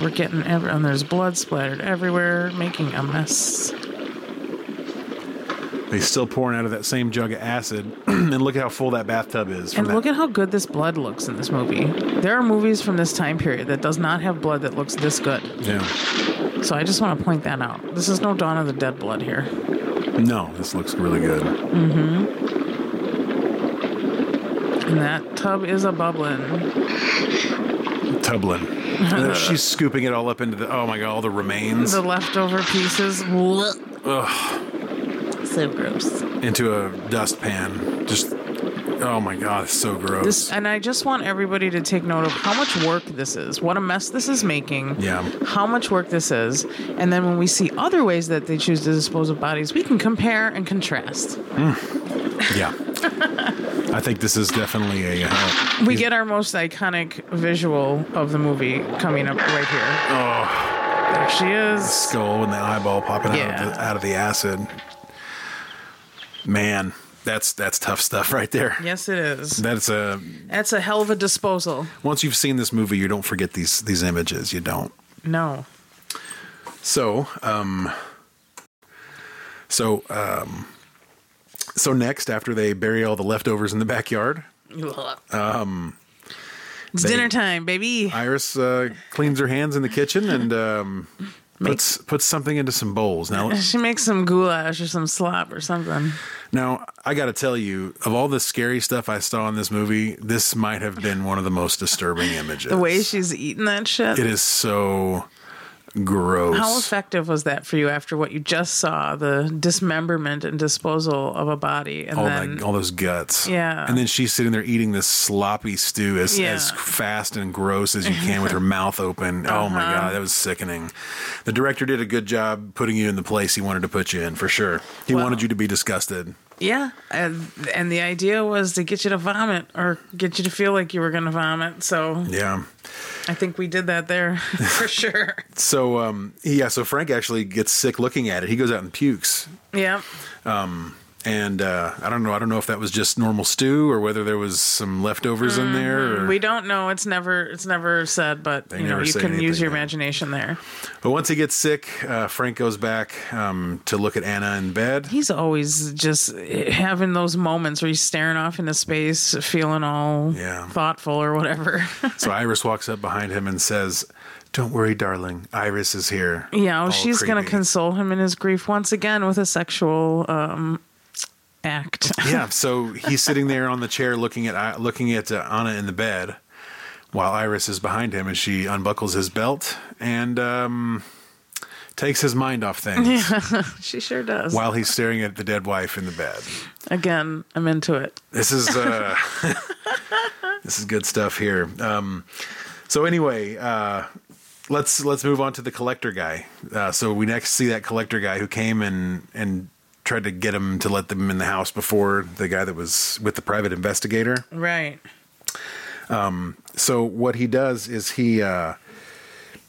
S3: We're getting every, and there's blood splattered everywhere, making a mess.
S2: They still pouring out of that same jug of acid, and look how full that bathtub is. From
S3: And
S2: that.
S3: look at how good this blood looks in this movie. There are movies from this time period that does not have blood that looks this good.
S2: yeah.
S3: So I just want to point that out. This is no Dawn of the Dead blood here.
S2: No, this looks really good.
S3: And that tub is a bubbling.
S2: Tublin. And then she's scooping it all up into the. Oh my god, all the remains
S3: Uh-huh. The leftover pieces. Ugh. So gross.
S2: into a dustpan. Just. Oh my god, it's so gross.
S3: This, and I just want everybody to take note of how much work this is, what a mess this is making,
S2: Yeah.
S3: how much work this is, and then when we see other ways that they choose to dispose of bodies, we can compare and contrast.
S2: yeah. I think this is definitely a. Uh,
S3: We get our most iconic visual of the movie coming up right here.
S2: oh,
S3: There she is.
S2: skull and the eyeball popping out,
S3: Yeah.
S2: of the, out of the acid. Man, that's that's tough stuff right there.
S3: Yes, it is.
S2: That's a
S3: That's a hell of a disposal.
S2: once you've seen this movie, you don't forget these these images. You don't.
S3: No.
S2: So, um, so, um, so next, after they bury all the leftovers in the backyard,
S3: Um, it's
S2: they-
S3: dinner time, baby.
S2: Iris uh, cleans her hands in the kitchen and um, puts puts something into some bowls. Now,
S3: she makes some goulash or some slop or something.
S2: now, I got to tell you, of all the scary stuff I saw in this movie, this might have been one of the most disturbing images.
S3: The way she's eating that shit.
S2: it is so gross.
S3: How effective was that for you after what you just saw the dismemberment and disposal of a body? And
S2: all
S3: then,
S2: that, Oh all those guts.
S3: Yeah.
S2: And then she's sitting there eating this sloppy stew as
S3: Yeah.
S2: as fast and gross as you can with her mouth open. Oh my
S3: Uh-huh.
S2: god, that was sickening. The director did a good job putting you in the place he wanted to put you in for sure. He
S3: Well-
S2: wanted you to be disgusted.
S3: yeah. And, and the idea was to get you to vomit or get you to feel like you were going to vomit. So
S2: Yeah.
S3: I think we did that there for sure.
S2: So um yeah, so Frank actually gets sick looking at it. He goes out and pukes.
S3: yeah.
S2: And uh, I don't know. I don't know if that was just normal stew or whether there was some leftovers in there. Or...
S3: Mm-hmm. We don't know. It's never it's never said, but you know,
S2: never
S3: you
S2: say
S3: can use
S2: anything there.
S3: your imagination there.
S2: But once he gets sick, uh, Frank goes back um, to look at Anna in bed.
S3: He's always just having those moments where he's staring off into space, feeling all
S2: Yeah.
S3: thoughtful or whatever.
S2: So Iris walks up behind him and says, "Don't worry, darling. Iris is here."
S3: Yeah,
S2: All
S3: well, she's going to
S2: creepy.
S3: console him in his grief once again with a sexual um, act.
S2: yeah. So he's sitting there on the chair, looking at I- looking at uh, Anna in the bed, while Iris is behind him, and she unbuckles his belt and um, takes his mind off things
S3: she sure does.
S2: while he's staring at the dead wife in the bed.
S3: Again, I'm into it.
S2: This is uh, this is good stuff here. Um, so anyway, uh, let's let's move on to the collector guy. Uh, so we next see that collector guy who came and and tried to get him to let them in the house before the guy that was with the private investigator.
S3: Right.
S2: So what he does is he. Uh,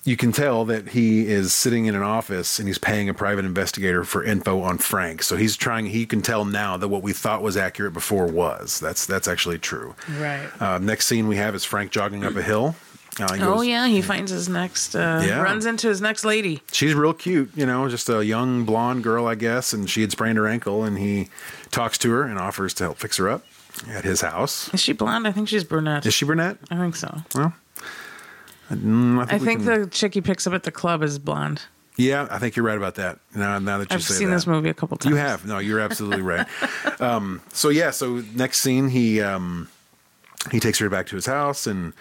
S2: you can tell that he is sitting in an office and he's paying a private investigator for info on Frank. So he's trying. He can tell now that what we thought was accurate before was. That's that's actually true.
S3: Right.
S2: Uh, next scene we have is Frank jogging up a hill. Uh, he
S3: oh,
S2: goes-
S3: yeah. He finds his next, uh,
S2: Yeah.
S3: runs into his next lady.
S2: She's real cute, you know, just a young blonde girl, I guess. And she had sprained her ankle, and he talks to her and offers to help fix her up at his house.
S3: Is she blonde? I think she's brunette.
S2: Is she brunette?
S3: I think so.
S2: Mm,
S3: I
S2: we
S3: think
S2: can-
S3: the chick he picks up at the club is blonde.
S2: yeah, I think you're right about that. Now, now that you
S3: I've
S2: say
S3: seen
S2: that.
S3: this movie a couple times.
S2: You have. No, you're absolutely right. Um, so yeah, so next scene he um, he takes her back to his house and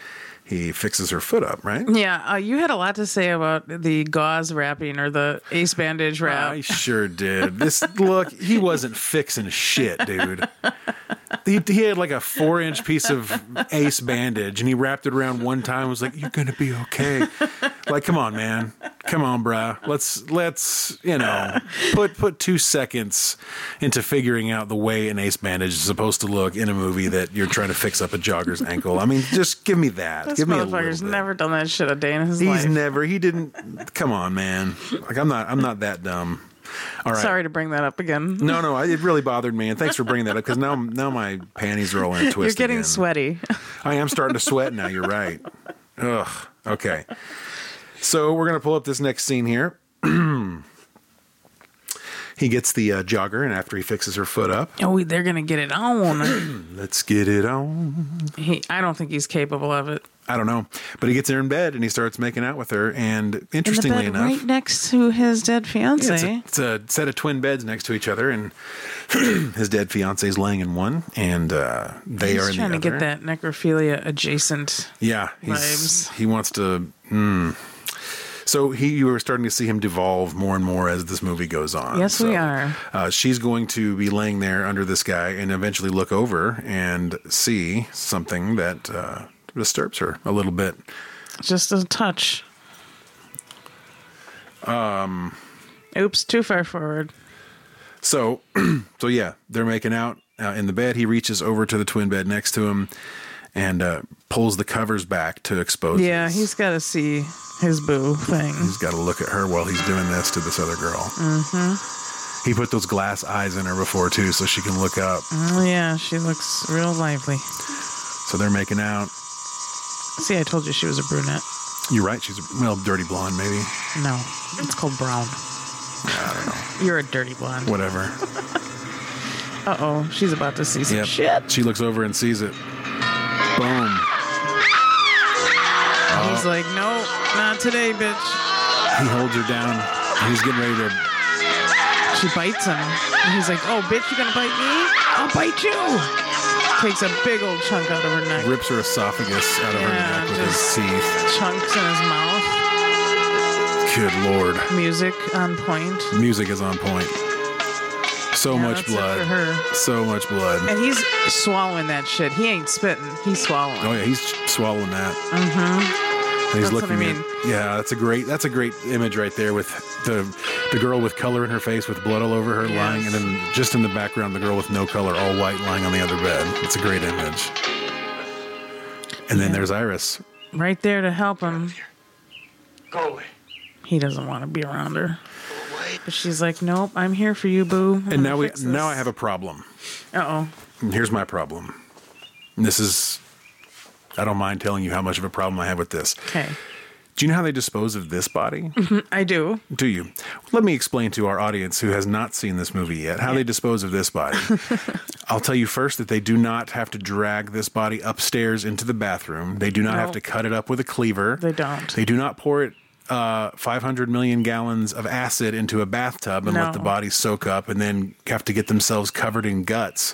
S2: he fixes her foot up, right?
S3: Yeah, uh, you had a lot to say about the gauze wrapping or the ace bandage wrap.
S2: I sure did. This look, he wasn't fixing shit, dude. He, he had like a four inch piece of ace bandage and he wrapped it around one time and was like, You're gonna be okay. Like, come on, man. Come on, bruh. Let's let's, you know, put put two seconds into figuring out the way an ace bandage is supposed to look in a movie that you're trying to fix up a jogger's ankle. I mean, just give me that.
S3: this
S2: give me a
S3: motherfucker's
S2: little bit.
S3: never done that shit a day in his
S2: He's
S3: life.
S2: never. He didn't. Come on, man. Like I'm not. I'm not that dumb. All right.
S3: Sorry to bring that up again.
S2: No, no. I, it really bothered me, and thanks for bringing that up because now, now my panties are all in a twist.
S3: You're getting
S2: again.
S3: sweaty.
S2: I am starting to sweat now. You're right. Ugh. Okay. So we're gonna pull up this next scene here. he gets the uh, jogger, and after he fixes her foot up,
S3: Oh, they're gonna get it on.
S2: let's get it on.
S3: he, I don't think he's capable of it.
S2: I don't know, but he gets her in bed and he starts making out with her. And
S3: In the
S2: interestingly
S3: bed
S2: enough,
S3: right next to his dead
S2: Yeah, it's,
S3: fiance.
S2: a, it's a set of twin beds next to each other, and his dead fiance is laying in one, and uh, they
S3: he's
S2: are in the
S3: trying
S2: other.
S3: to get that necrophilia adjacent.
S2: Yeah, he's,
S3: Vibes.
S2: he wants to. Mm. So he, you are starting to see him devolve more and more as this movie goes on.
S3: Yes, we
S2: So,
S3: are.
S2: Uh, she's going to be laying there under this guy, and eventually look over and see something that uh, disturbs her a little bit.
S3: Just a touch. Um. Oops, too far forward.
S2: So, so yeah, they're making out uh, in the bed. He reaches over to the twin bed next to him and uh, pulls the covers back to expose.
S3: Yeah,
S2: his-
S3: he's got to see his boo thing.
S2: he's got to look at her while he's doing this to this other girl. Mm-hmm. He put those glass eyes in her before too, so she can look up.
S3: Oh yeah, she looks real lively.
S2: So they're making out.
S3: See, I told you she was a brunette.
S2: You're right. She's a, well, dirty blonde, maybe.
S3: No, it's called brown. You're a dirty blonde.
S2: Whatever.
S3: Uh oh, she's about to see some
S2: Yep.
S3: shit.
S2: She looks over and sees it. Boom.
S3: And He's like, no, not today, bitch.
S2: He holds her down. He's getting ready to
S3: She bites him. And he's like, oh, bitch, you gonna bite me? I'll bite you. Takes a big old chunk out of her neck.
S2: rips her esophagus out of
S3: Yeah,
S2: her neck with
S3: just-
S2: his teeth.
S3: Chunks in his mouth.
S2: Good lord.
S3: Music on point.
S2: Music is on point. So
S3: Yeah,
S2: much
S3: that's it
S2: blood.
S3: for her.
S2: So much blood.
S3: And he's swallowing that shit. He ain't spitting. He's swallowing.
S2: Oh yeah, he's swallowing that. Mm-hmm. He's
S3: Uh, That's what I
S2: looking
S3: mean.
S2: at yeah, that's a great that's a great image right there with the the girl with color in her face with blood all over her
S3: Yes.
S2: lying and then just in the background the girl with no color all white lying on the other bed. It's a great image. And then there's Iris.
S3: Right there to help him.
S5: Go away.
S3: He doesn't want to be around her. But she's like, nope, I'm here for you, boo.
S2: And now we now I have a problem.
S3: Uh oh.
S2: And here's my problem. And This is I don't mind telling you how much of a problem I have with this.
S3: Okay.
S2: Do you know how they dispose of this body?
S3: I do.
S2: Do you? Let me explain to our audience who has not seen this movie yet how they dispose of this body. I'll tell you first that they do not have to drag this body upstairs into the bathroom. They do not have
S3: No.
S2: to cut it up with a cleaver.
S3: They don't.
S2: They do not pour it. Uh, 500 million gallons of acid into a bathtub and let
S3: No.
S2: the body soak up, and then have to get themselves covered in guts,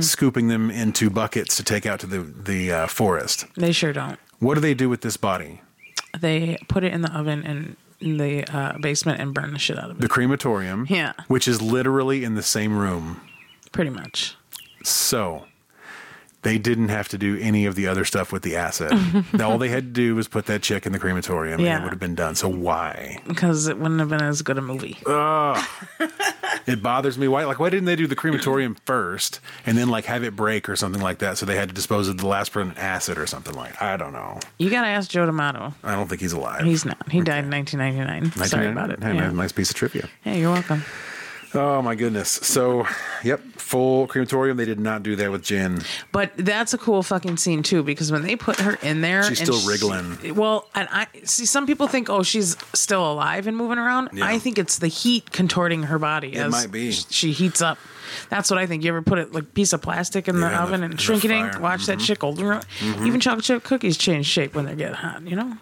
S2: scooping them into buckets to take out to the the uh, forest.
S3: They sure don't.
S2: What do they do with this body?
S3: They put it in the oven and in the uh, basement and burn the shit out of it.
S2: The crematorium,
S3: Yeah.
S2: which is literally in the same room.
S3: Pretty much.
S2: So they didn't have to do any of the other stuff with the acid. All they had to do was put that chick in the crematorium and
S3: Yeah.
S2: it would have been done. So why?
S3: Because it wouldn't have been as good a movie.
S2: It bothers me. Why like why didn't they do the crematorium first and then like have it break or something like that? So they had to dispose of the last person in acid or something like I don't know.
S3: You got to ask Joe D'Amato.
S2: I don't think he's alive.
S3: He's not. He died in 1999. Sorry about it.
S2: Hey,
S3: Yeah.
S2: Nice piece of trivia.
S3: Hey, you're welcome.
S2: Oh my goodness. So, yep, full crematorium. They did not do that with Jen.
S3: But that's a cool fucking scene too, because when they put her in there,
S2: She's
S3: and
S2: still
S3: she-
S2: wriggling.
S3: well, and I see some people think, oh, she's still alive and moving around.
S2: Yeah.
S3: I think it's the heat contorting her body. It as
S2: might be.
S3: sh- She heats up. That's what I think. You ever put it like piece of plastic in
S2: Yeah, in
S3: the
S2: the-
S3: oven
S2: in
S3: and
S2: the Mm-hmm.
S3: shrink it in?
S2: fire.
S3: Watch that shit go. Even chocolate chip cookies change shape when they get hot. You know.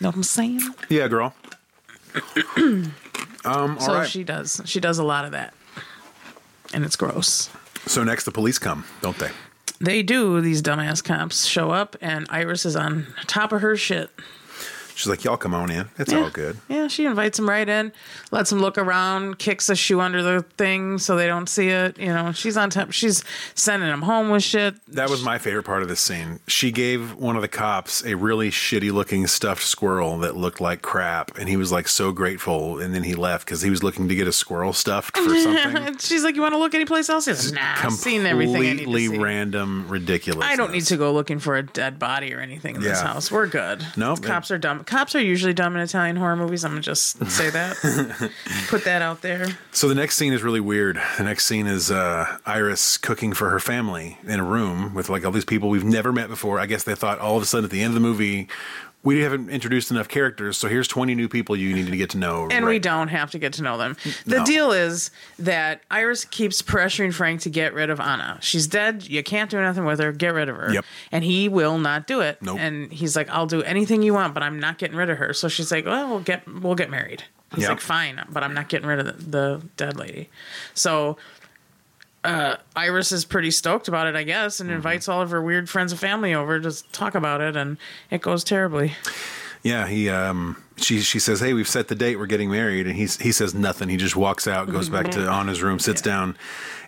S3: Know what I'm saying?
S2: Yeah, girl. um, all right.
S3: so she does. She does a lot of that, and it's gross.
S2: So next, the police come, don't they?
S3: They do. These dumbass cops show up, and Iris is on top of her shit.
S2: She's like, "Y'all come on in. It's
S3: yeah.
S2: all good."
S3: Yeah, she invites him right in, lets him look around, kicks a shoe under the thing so they don't see it. You know, she's on top. She's sending him home with shit.
S2: That was my favorite part of this scene. She gave one of the cops a really shitty-looking stuffed squirrel that looked like crap, and he was like so grateful. And then he left because he was looking to get a squirrel stuffed for something.
S3: And she's like, "You want to look anyplace else?" He's like, "Nah, I've seen everything I need to
S2: Completely
S3: see.
S2: random, ridiculous.
S3: I don't need to go looking for a dead body or anything in this
S2: Yeah.
S3: house. We're good.
S2: Nope.
S3: cops are dumb. Cops are usually dumb in Italian horror movies. I'm gonna just say that. Put that out there.
S2: So the next scene is really weird. The next scene is uh, Iris cooking for her family in a room with like all these people we've never met before. I guess they thought all of a sudden at the end of the movie we haven't introduced enough characters, so here's 20 new people you need to get to know.
S3: and we
S2: right-
S3: don't have to get to know them. The
S2: No.
S3: deal is that Iris keeps pressuring Frank to get rid of Anna. She's dead. You can't do nothing with her. Get rid of her.
S2: Yep.
S3: And he will not do it.
S2: Nope.
S3: And he's like, "I'll do anything you want, but I'm not getting rid of her." So she's like, "Well, we'll get we'll get married." He's
S2: Yep.
S3: like, "Fine, but I'm not getting rid of the, the dead lady." So uh, Iris is pretty stoked about it, I guess,
S2: Mm-hmm.
S3: and invites all of her weird friends and family over to talk about it, and it goes terribly.
S2: Yeah, he um she she says, "Hey, we've set the date. We're getting married." And he he says nothing. He just walks out, goes back to Anna's room, sits down,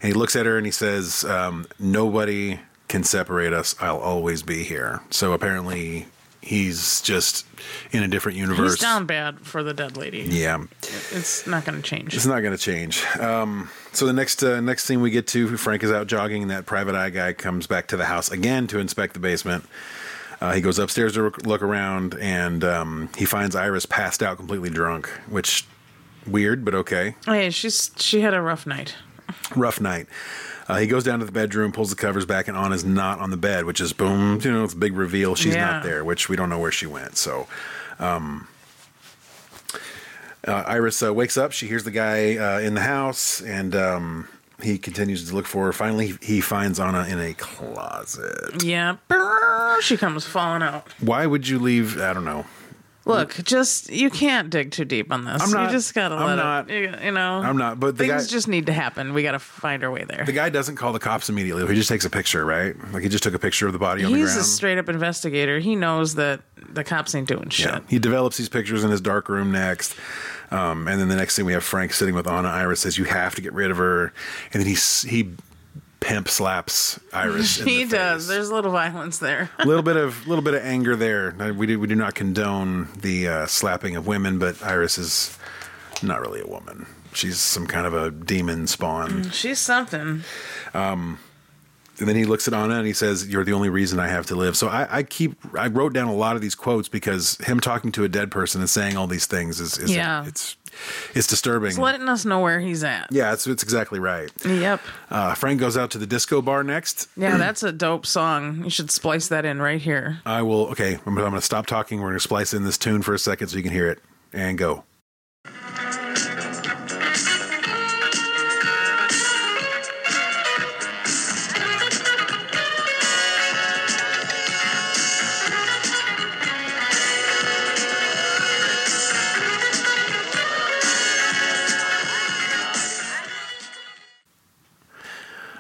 S2: and he looks at her and he says, um, "Nobody can separate us. I'll always be here." So apparently, he's just in a different universe.
S3: He's down bad for the dead lady.
S2: Yeah,
S3: It's not going to change.
S2: it's not going to change. Um, so the next uh, next thing we get to, Frank is out jogging, and that private eye guy comes back to the house again to inspect the basement. Uh, he goes upstairs to look- look around, and um, he finds Iris passed out, completely drunk, which weird, but okay.
S3: Hey, Oh, she's she had a rough night.
S2: Rough night. Uh, he goes down to the bedroom, pulls the covers back, and Anna's not on the bed, which is boom, you know, it's a big reveal. She's
S3: Yeah.
S2: not there, which we don't know where she went. So, um, uh, Iris uh, wakes up. She hears the guy uh, in the house, and um, he continues to look for her. Finally, he finds Anna in a closet.
S3: Yeah, brrr, she comes falling out.
S2: Why would you leave? I don't know.
S3: Look, just you can't dig too deep on this.
S2: I'm not-
S3: you just gotta
S2: I'm
S3: let
S2: not-
S3: it. you- You know,
S2: I'm not, but the
S3: things
S2: guy-
S3: just need to happen. We gotta find our way there.
S2: The guy doesn't call the cops immediately. He just takes a picture, right? Like he just took a picture of the body on the
S3: He's
S2: ground.
S3: a straight up investigator. He knows that the cops ain't doing shit.
S2: Yeah. He develops these pictures in his dark room next. Um, and then the next thing we have Frank sitting with Anna. Iris says, You have to get rid of her. And then he, s- he pimp slaps Iris. in the
S3: He does.
S2: face.
S3: There's a little violence there.
S2: A little bit of little bit of anger there. Now, We do, we do not condone the uh, slapping of women, but Iris is not really a woman. She's some kind of a demon spawn.
S3: She's something.
S2: and then he looks at Anna and he says, "You're the only reason I have to live." So I, I keep I wrote down a lot of these quotes because him talking to a dead person and saying all these things is, is
S3: Yeah.
S2: it's it's disturbing.
S3: He's letting us know where he's at.
S2: yeah, it's it's exactly right.
S3: Yep.
S2: Uh, Frank goes out to the disco bar next.
S3: Yeah, that's a dope song. You should splice that in right here.
S2: I will okay. I'm, I'm going to stop talking. We're going to splice in this tune for a second so you can hear it and go.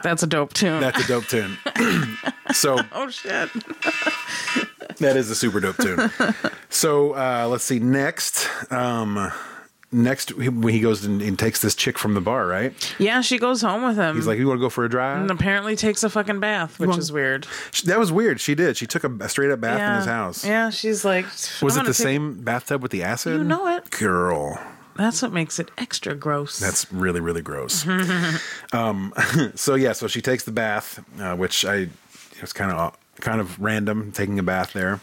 S3: That's a dope tune.
S2: That's a dope tune. so
S3: oh shit.
S2: That is a super dope tune. so uh, let's see. Next, um, next he, when he goes and, and takes this chick from the bar, right?
S3: Yeah, she goes home with him.
S2: He's like, "You want to go for a drive?"
S3: and apparently takes a fucking bath, which is weird.
S2: She- that was weird. She did. She took a, a straight up bath
S3: yeah.
S2: in his house.
S3: Yeah, she's like,
S2: Was
S3: "I'm
S2: it
S3: gonna
S2: the
S3: take-"
S2: same bathtub with the acid?
S3: You know it.
S2: girl.
S3: That's what makes it extra gross.
S2: That's really really gross. um, so yeah, so she takes the bath, uh, which I it's kind of kind of random taking a bath there.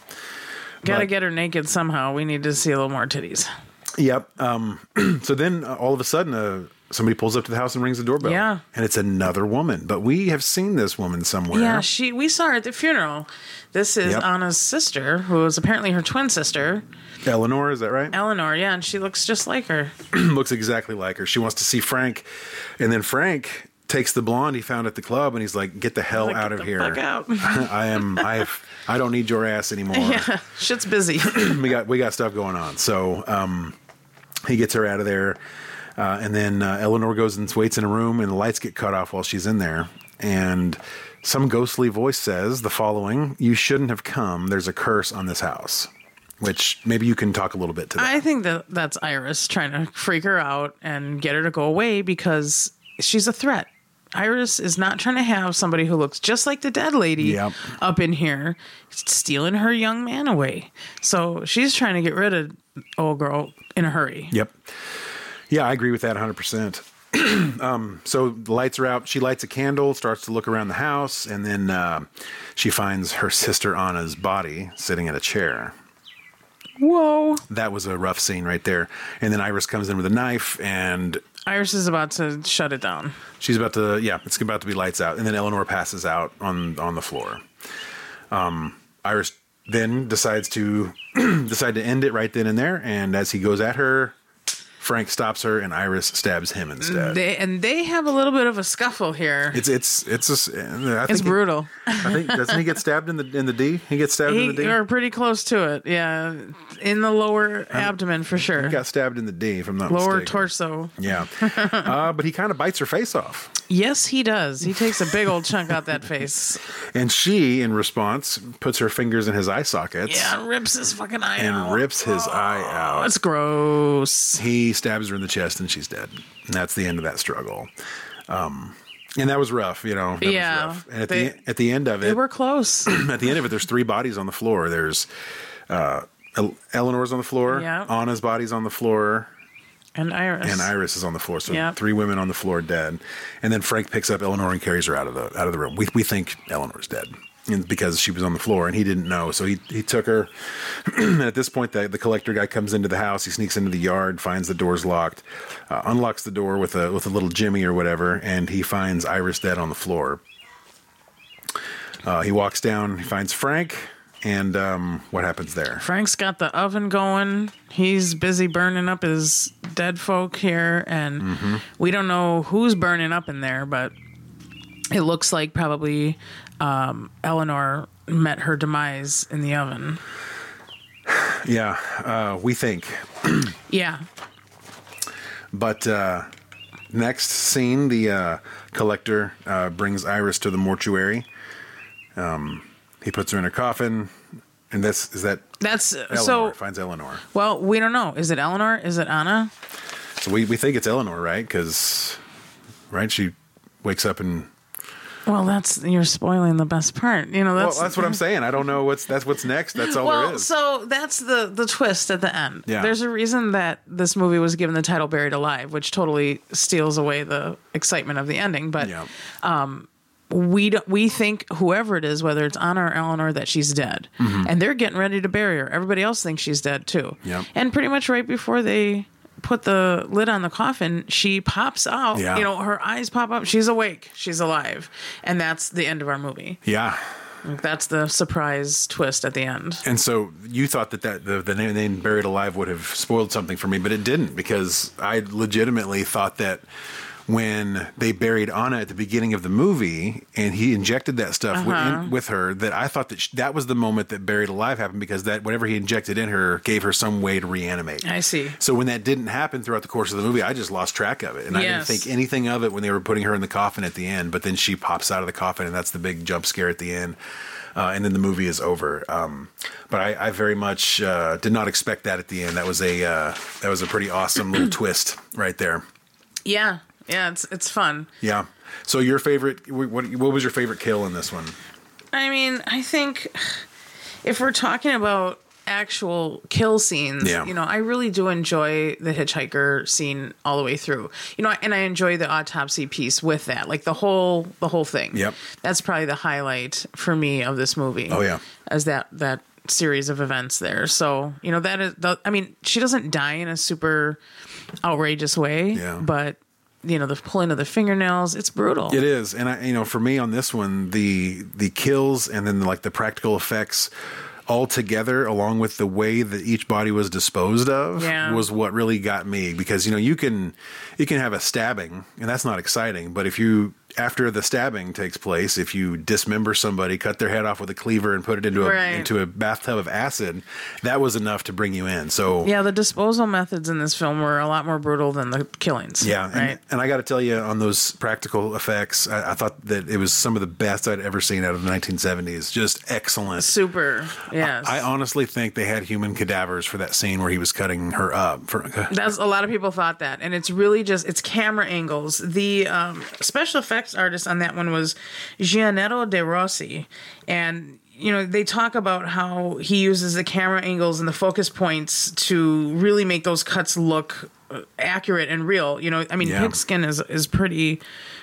S3: gotta
S2: but-
S3: get her naked somehow. We need to see a little more titties.
S2: Yep. Um, so then uh, all of a sudden, uh, somebody pulls up to the house and rings the doorbell.
S3: Yeah.
S2: And it's another woman. But we have seen this woman somewhere.
S3: Yeah, she. We saw her at the funeral. This is
S2: Yep.
S3: Anna's sister, who is apparently her twin sister,
S2: Eleanor, is that right?
S3: Eleanor. Yeah, and she looks just like her.
S2: Looks exactly like her. She wants to see Frank. And then Frank takes the blonde he found at the club and he's like, get the hell
S3: Like,
S2: out
S3: get
S2: of
S3: the
S2: here.
S3: fuck out.
S2: I am, I have, I don't need your ass anymore.
S3: Yeah, shit's busy.
S2: we got we got stuff going on. So um, he gets her out of there, uh, and then uh, Eleanor goes and waits in a room, and the lights get cut off while she's in there, and some ghostly voice says the following: "You shouldn't have come. There's a curse on this house." Which maybe you can talk a little bit to that.
S3: I think that that's Iris trying to freak her out and get her to go away because she's a threat. Iris is not trying to have somebody who looks just like the dead lady
S2: Yep.
S3: up in here stealing her young man away. So she's trying to get rid of old girl in a hurry.
S2: Yep. Yeah, I agree with that 100%. um, so the lights are out. She lights a candle, starts to look around the house, and then uh, she finds her sister Anna's body sitting at a chair.
S3: Whoa.
S2: that was a rough scene right there. And then Iris comes in with a knife and
S3: Iris is about to shut it down.
S2: she's about to yeah, it's about to be lights out. And then Eleanor passes out on on the floor. Um Iris then decides to decide to end it right then and there. And as he goes at her, Frank stops her, and Iris stabs him instead.
S3: They and they have a little bit of a scuffle here.
S2: it's it's it's just, I think
S3: It's
S2: it-
S3: brutal.
S2: I think doesn't he get stabbed in the in the D? He gets stabbed in the
S3: He,
S2: D.
S3: er, or pretty close to it. Yeah, in the lower abdomen for sure.
S2: He got stabbed in the D, if I'm not
S3: Lower
S2: mistaken.
S3: torso.
S2: Yeah, uh, but he kind of bites her face off,
S3: Yes, he does. He takes a big old chunk out that face.
S2: and she, in response, puts her fingers in his eye sockets
S3: Yeah, rips his fucking eye
S2: and
S3: out.
S2: rips his eye out.
S3: That's gross.
S2: he stabs her in the chest and she's dead. And that's the end of that struggle. Um, and that was rough, you know. That
S3: Yeah.
S2: Was rough. And at
S3: They-
S2: the e, at the end of
S3: They
S2: it,
S3: were close.
S2: at the end of it, there's three bodies on the floor. There's uh, El- Eleanor's on the floor.
S3: Yeah.
S2: Anna's body's on the floor,
S3: And Iris.
S2: and Iris is on the floor. So
S3: Yeah.
S2: three women on the floor dead. And then Frank picks up Eleanor and carries her out of the out of the room. We we think Eleanor's dead. And because she was on the floor and he didn't know. So he, he took her. and at this point, the, the collector guy comes into the house. He sneaks into the yard, finds the doors locked, uh, unlocks the door with a, with a little Jimmy or whatever, and he finds Iris dead on the floor. Uh, he walks down, he finds Frank, and um, what happens there?
S3: Frank's got the oven going. He's busy burning up his dead folk here, and
S2: Mm-hmm.
S3: we don't know who's burning up in there, but it looks like probably um, Eleanor met her demise in the oven.
S2: Yeah, uh, we think.
S3: Yeah,
S2: But uh, next scene, the uh, collector uh, brings Iris to the mortuary. Um, he puts her in a coffin, and that's is that
S3: that's
S2: Eleanor
S3: so.
S2: finds Eleanor.
S3: Well, we don't know. Is it Eleanor? Is it Anna?
S2: So we, we think it's Eleanor, right? Because right, she wakes up and
S3: Well, that's you're spoiling the best part. You know,
S2: well,
S3: that's mhm.
S2: that's what I'm saying. I don't know what's that's what's next. That's all there
S3: Well,
S2: is.
S3: so that's the the twist at the end.
S2: Yeah.
S3: There's a reason that this movie was given the title Buried Alive, which totally steals away the excitement of the ending, but
S2: yeah,
S3: we don't, we think whoever it is, whether it's Anna or Eleanor, that she's dead,
S2: Mm-hmm.
S3: and they're getting ready to bury her. Everybody else thinks she's dead too.
S2: Yep.
S3: And pretty much right before they put the lid on the coffin, she pops out.
S2: Yeah.
S3: You know, her eyes pop up. She's awake. She's alive, and that's the end of our movie.
S2: yeah.
S3: Like, That's the surprise twist at the end.
S2: And so you thought that, that the, the name name Buried Alive would have spoiled something for me, but it didn't because I legitimately thought that when they buried Anna at the beginning of the movie and he injected that stuff wi- in- with her, that I thought that sh that was the moment that Buried Alive happened because that whatever he injected in her gave her some way to reanimate.
S3: I see.
S2: So when that didn't happen throughout the course of the movie, I just lost track of it, and I didn't
S3: Yes.
S2: think anything of it when they were putting her in the coffin at the end. But then she pops out of the coffin, and that's the big jump scare at the end, uh, and then the movie is over. Um, but I, I very much uh, did not expect that at the end. That was a uh, that was a pretty awesome little twist right there.
S3: Yeah, yeah, it's it's fun.
S2: Yeah. So your favorite? wh- What what was your favorite kill in this one?
S3: I mean, I think if we're talking about actual kill scenes,
S2: Yeah.
S3: you know, I really do enjoy the hitchhiker scene all the way through. You know, and I enjoy the autopsy piece with that, like the whole the whole thing.
S2: Yep.
S3: that's probably the highlight for me of this movie.
S2: Oh, yeah.
S3: as that that series of events there. So you know that is. The, I mean, she doesn't die in a super outrageous way.
S2: Yeah.
S3: but you know the pulling of the fingernails, it's brutal.
S2: It is, and I, you know, for me on this one, the the kills and then like the practical effects all together, along with the way that each body was disposed of,
S3: Yeah.
S2: was what really got me. Because you know, you can you can have a stabbing, and that's not exciting, but if you after the stabbing takes place, if you dismember somebody, cut their head off with a cleaver, and put it into a
S3: Right.
S2: into a bathtub of acid, that was enough to bring you in. So
S3: Yeah, the disposal methods in this film were a lot more brutal than the killings.
S2: Yeah, and,
S3: right.
S2: and I got to tell you, on those practical effects, I, I thought that it was some of the best I'd ever seen out of the 1970s. Just excellent.
S3: Super. Yes.
S2: I honestly think they had human cadavers for that scene where he was cutting her up. For uh,
S3: that's a lot of people thought that, and it's really just it's camera angles. The um, special effects artist on that one was Gianetto De Rossi, and you know they talk about how he uses the camera angles and the focus points to really make those cuts look uh, accurate and real. You know, I mean,
S2: Yeah.
S3: pig skin is is pretty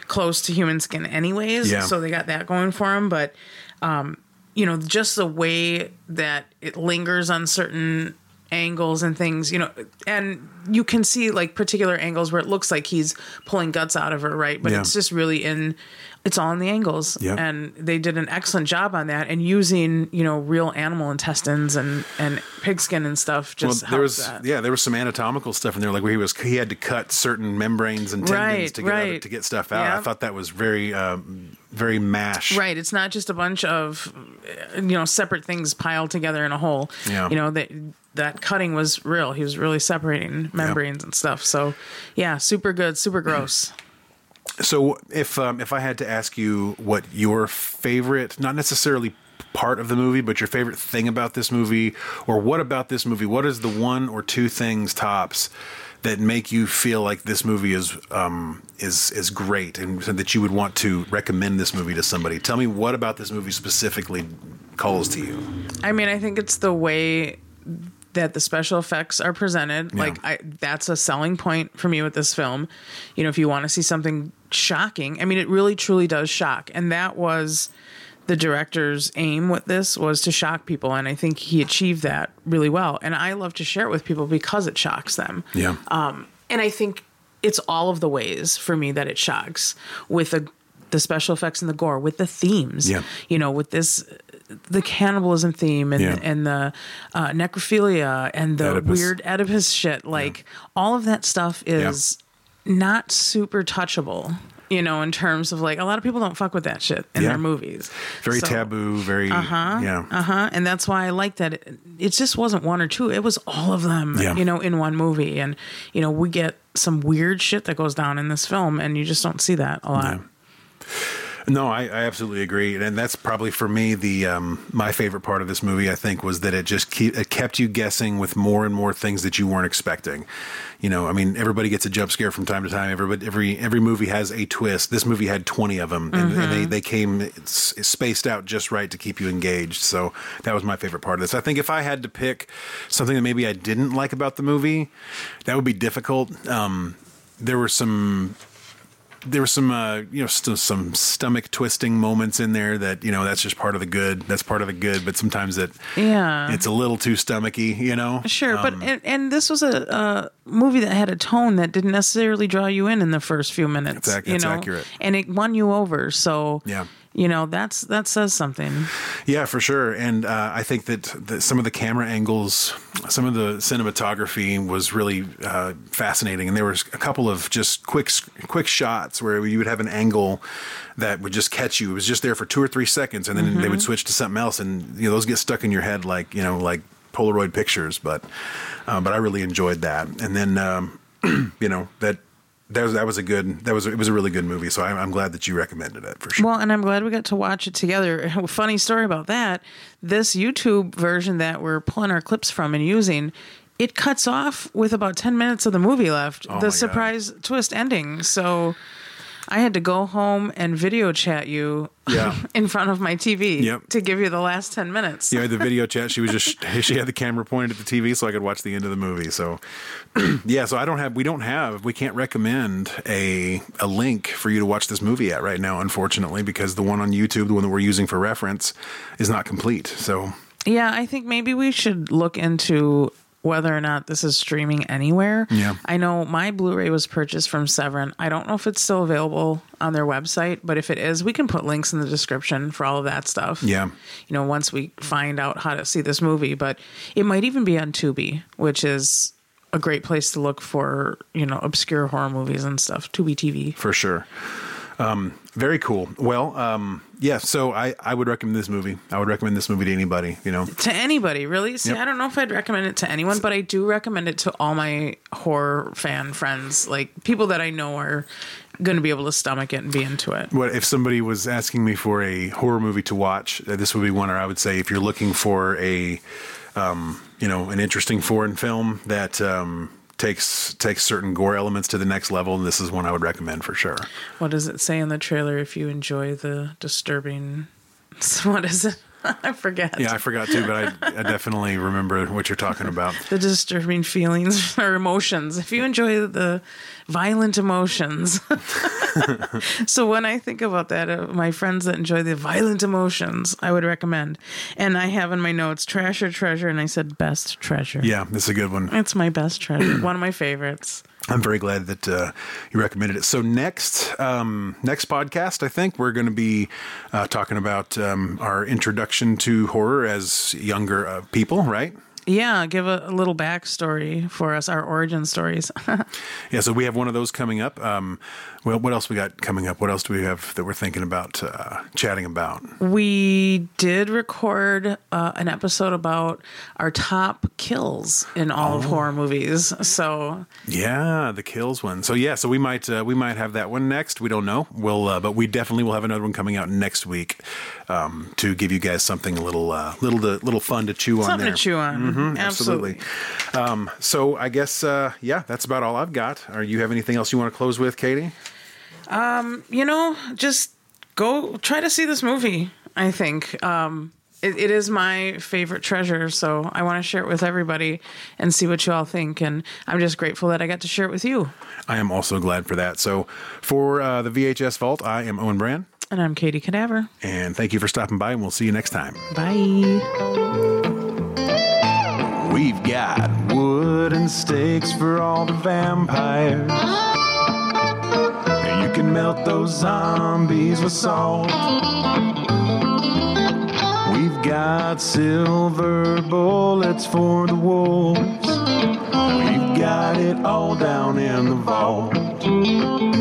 S3: close to human skin, anyways.
S2: Yeah.
S3: So they got that going for him, but. Um, you know, just the way that it lingers on certain angles and things, you know, and you can see like particular angles where it looks like he's pulling guts out of her, right? But
S2: Yeah.
S3: it's just really in, it's all in the angles,
S2: Yep.
S3: and they did an excellent job on that and using you know real animal intestines and and pigskin and stuff.
S2: Well,
S3: Just
S2: there
S3: helps
S2: was
S3: that.
S2: yeah, there was some anatomical stuff in there, like where he was he had to cut certain membranes and tendons
S3: Right,
S2: to get out-
S3: right.
S2: to get stuff out. I
S3: Yeah.
S2: thought that was very um, very mash.
S3: Right. It's not just a bunch of, uh, you know, separate things piled together in a hole.
S2: Yeah.
S3: You know, that that cutting was real. He was really separating membranes and stuff. So, yeah, super good, super gross.
S2: So if um, if I had to ask you what your favorite, not necessarily part of the movie, but your favorite thing about this movie, or what about this movie, what is the one or two things tops that make you feel like this movie is um, is is great, and so that you would want to recommend this movie to somebody? Tell me what about this movie specifically calls to you.
S3: I mean, I think it's the way that the special effects are presented.
S2: Yeah.
S3: Like, I, that's a selling point for me with this film. You know, if you want to see something shocking, I mean, it really truly does shock. And that was the director's aim with this was to shock people. And I think he achieved that really well. And I love to share it with people because it shocks them.
S2: Yeah.
S3: And I think it's all of the ways for me that it shocks with the the special effects and the gore, with the themes,
S2: Yeah.
S3: you know, with this the cannibalism theme and
S2: Yeah.
S3: and the uh, necrophilia and the
S2: Oedipus.
S3: weird Oedipus shit, like all of that stuff is not super touchable. You know, in terms of like a lot of people don't fuck with that shit in
S2: Yeah.
S3: their movies.
S2: very
S3: So-
S2: taboo. Very yeah.
S3: uh huh. And that's why I like that. It, it just wasn't one or two. It was all of them,
S2: Yeah.
S3: you know, in one movie. And, you know, we get some weird shit that goes down in this film, and you just don't see that a lot.
S2: No, I, I absolutely agree, and that's probably for me the um, my favorite part of this movie. I think was that it just keep, it kept you guessing with more and more things that you weren't expecting. You know, I mean, everybody gets a jump scare from time to time. Everybody, every every movie has a twist. This movie had twenty of them, and, and they they came s- spaced out just right to keep you engaged. So that was my favorite part of this. I think if I had to pick something that maybe I didn't like about the movie, that would be difficult. Um, there were some there were some uh, you know st- some stomach twisting moments in there that you know that's just part of the good that's part of the good but sometimes it
S3: Yeah.
S2: it's a little too stomachy you know
S3: Sure,
S2: Um,
S3: but and, and this was a, a movie that had a tone that didn't necessarily draw you in in the first few minutes.
S2: That's ac-
S3: you
S2: that's
S3: know,
S2: accurate.
S3: and it won you over. So
S2: Yeah.
S3: you know that's that says something.
S2: yeah for sure and uh, I think that, that some of the camera angles some of the cinematography was really uh, fascinating and there was a couple of just quick s- quick shots where you would have an angle that would just catch you it was just there for two or three seconds and then they would switch to something else and you know those get stuck in your head like you know like Polaroid pictures but uh, but I really enjoyed that. And then, um, you know, that that was, that was a good that was it was a really good movie. So I'm, I'm glad that you recommended it for sure.
S3: Well, and I'm glad we got to watch it together. Funny story about that. This YouTube version that we're pulling our clips from and using, it cuts off with about 10 minutes of the movie left,
S2: Oh my
S3: the
S2: God.
S3: surprise twist ending. So I had to go home and video chat you
S2: Yeah.
S3: in front of my TV
S2: Yep.
S3: to give you the last 10 minutes.
S2: you had the video chat. She was just she had the camera pointed at the TV so I could watch the end of the movie. So yeah, so I don't have we don't have we can't recommend a a link for you to watch this movie at right now, unfortunately, because the one on YouTube, the one that we're using for reference, is not complete. So
S3: Yeah, I think maybe we should look into whether or not this is streaming anywhere.
S2: Yeah.
S3: I know my Blu-ray was purchased from Severin. I don't know if it's still available on their website, but if it is, we can put links in the description for all of that stuff.
S2: Yeah.
S3: You know, once we find out how to see this movie, but it might even be on Tubi, which is a great place to look for, you know, obscure horror movies and stuff. Tubi TV.
S2: for sure. Um, very cool. Well, um, yeah. So I, I would recommend this movie. I would recommend this movie to anybody. You know,
S3: to anybody really see
S2: Yep.
S3: i don't know if i'd recommend it to anyone but i do recommend it to all my horror fan friends like people that i know are going to be able to stomach it and be into it
S2: what if somebody was asking me for a horror movie to watch? uh, This would be one. Or I would say if you're looking for a, um, you know, an interesting foreign film that um, takes takes certain gore elements to the next level, this is one I would recommend for sure.
S3: what does it say in the trailer if you enjoy the disturbing what is it I forget.
S2: Yeah, I forgot too, but I, I definitely remember what you're talking about.
S3: The disturbing feelings or emotions. If you enjoy the violent emotions. so when I think about that, uh, my friends that enjoy the violent emotions, I would recommend. And I have in my notes trash or treasure, and I said best treasure.
S2: Yeah, this is a good one.
S3: It's my best treasure. One of my favorites.
S2: I'm very glad that uh, you recommended it. So next, um, next podcast, I think we're going to be uh, talking about um, our introduction to horror as younger uh, people, right?
S3: Yeah, give a, a little backstory for us, our origin stories.
S2: Yeah, so we have one of those coming up. Um, well, what else we got coming up? What else do we have that we're thinking about uh, chatting about?
S3: we did record uh, an episode about our top kills in all of horror movies. So
S2: Yeah, the kills one. So yeah, so we might uh, we might have that one next. We don't know. We'll uh, but we definitely will have another one coming out next week um, to give you guys something a little uh, little to, little fun to chew on
S3: something
S2: there.
S3: to chew on.
S2: Absolutely.
S3: absolutely.
S2: Um, so I guess uh, yeah, that's about all I've got. Or you have anything else you want to close with, Katie?
S3: You know, just go try to see this movie. I think um, it, it is my favorite treasure, so I want to share it with everybody and see what you all think. And I'm just grateful that I got to share it with you.
S2: I am also glad for that. So for uh, the VHS Vault, I am Owen Brand,
S3: And I'm Katie Cadaver.
S2: and thank you for stopping by. And we'll see you next time.
S3: Bye.
S1: We've got wooden stakes for all the vampires. And you can melt those zombies with salt. We've got silver bullets for the wolves. We've got it all down in the vault.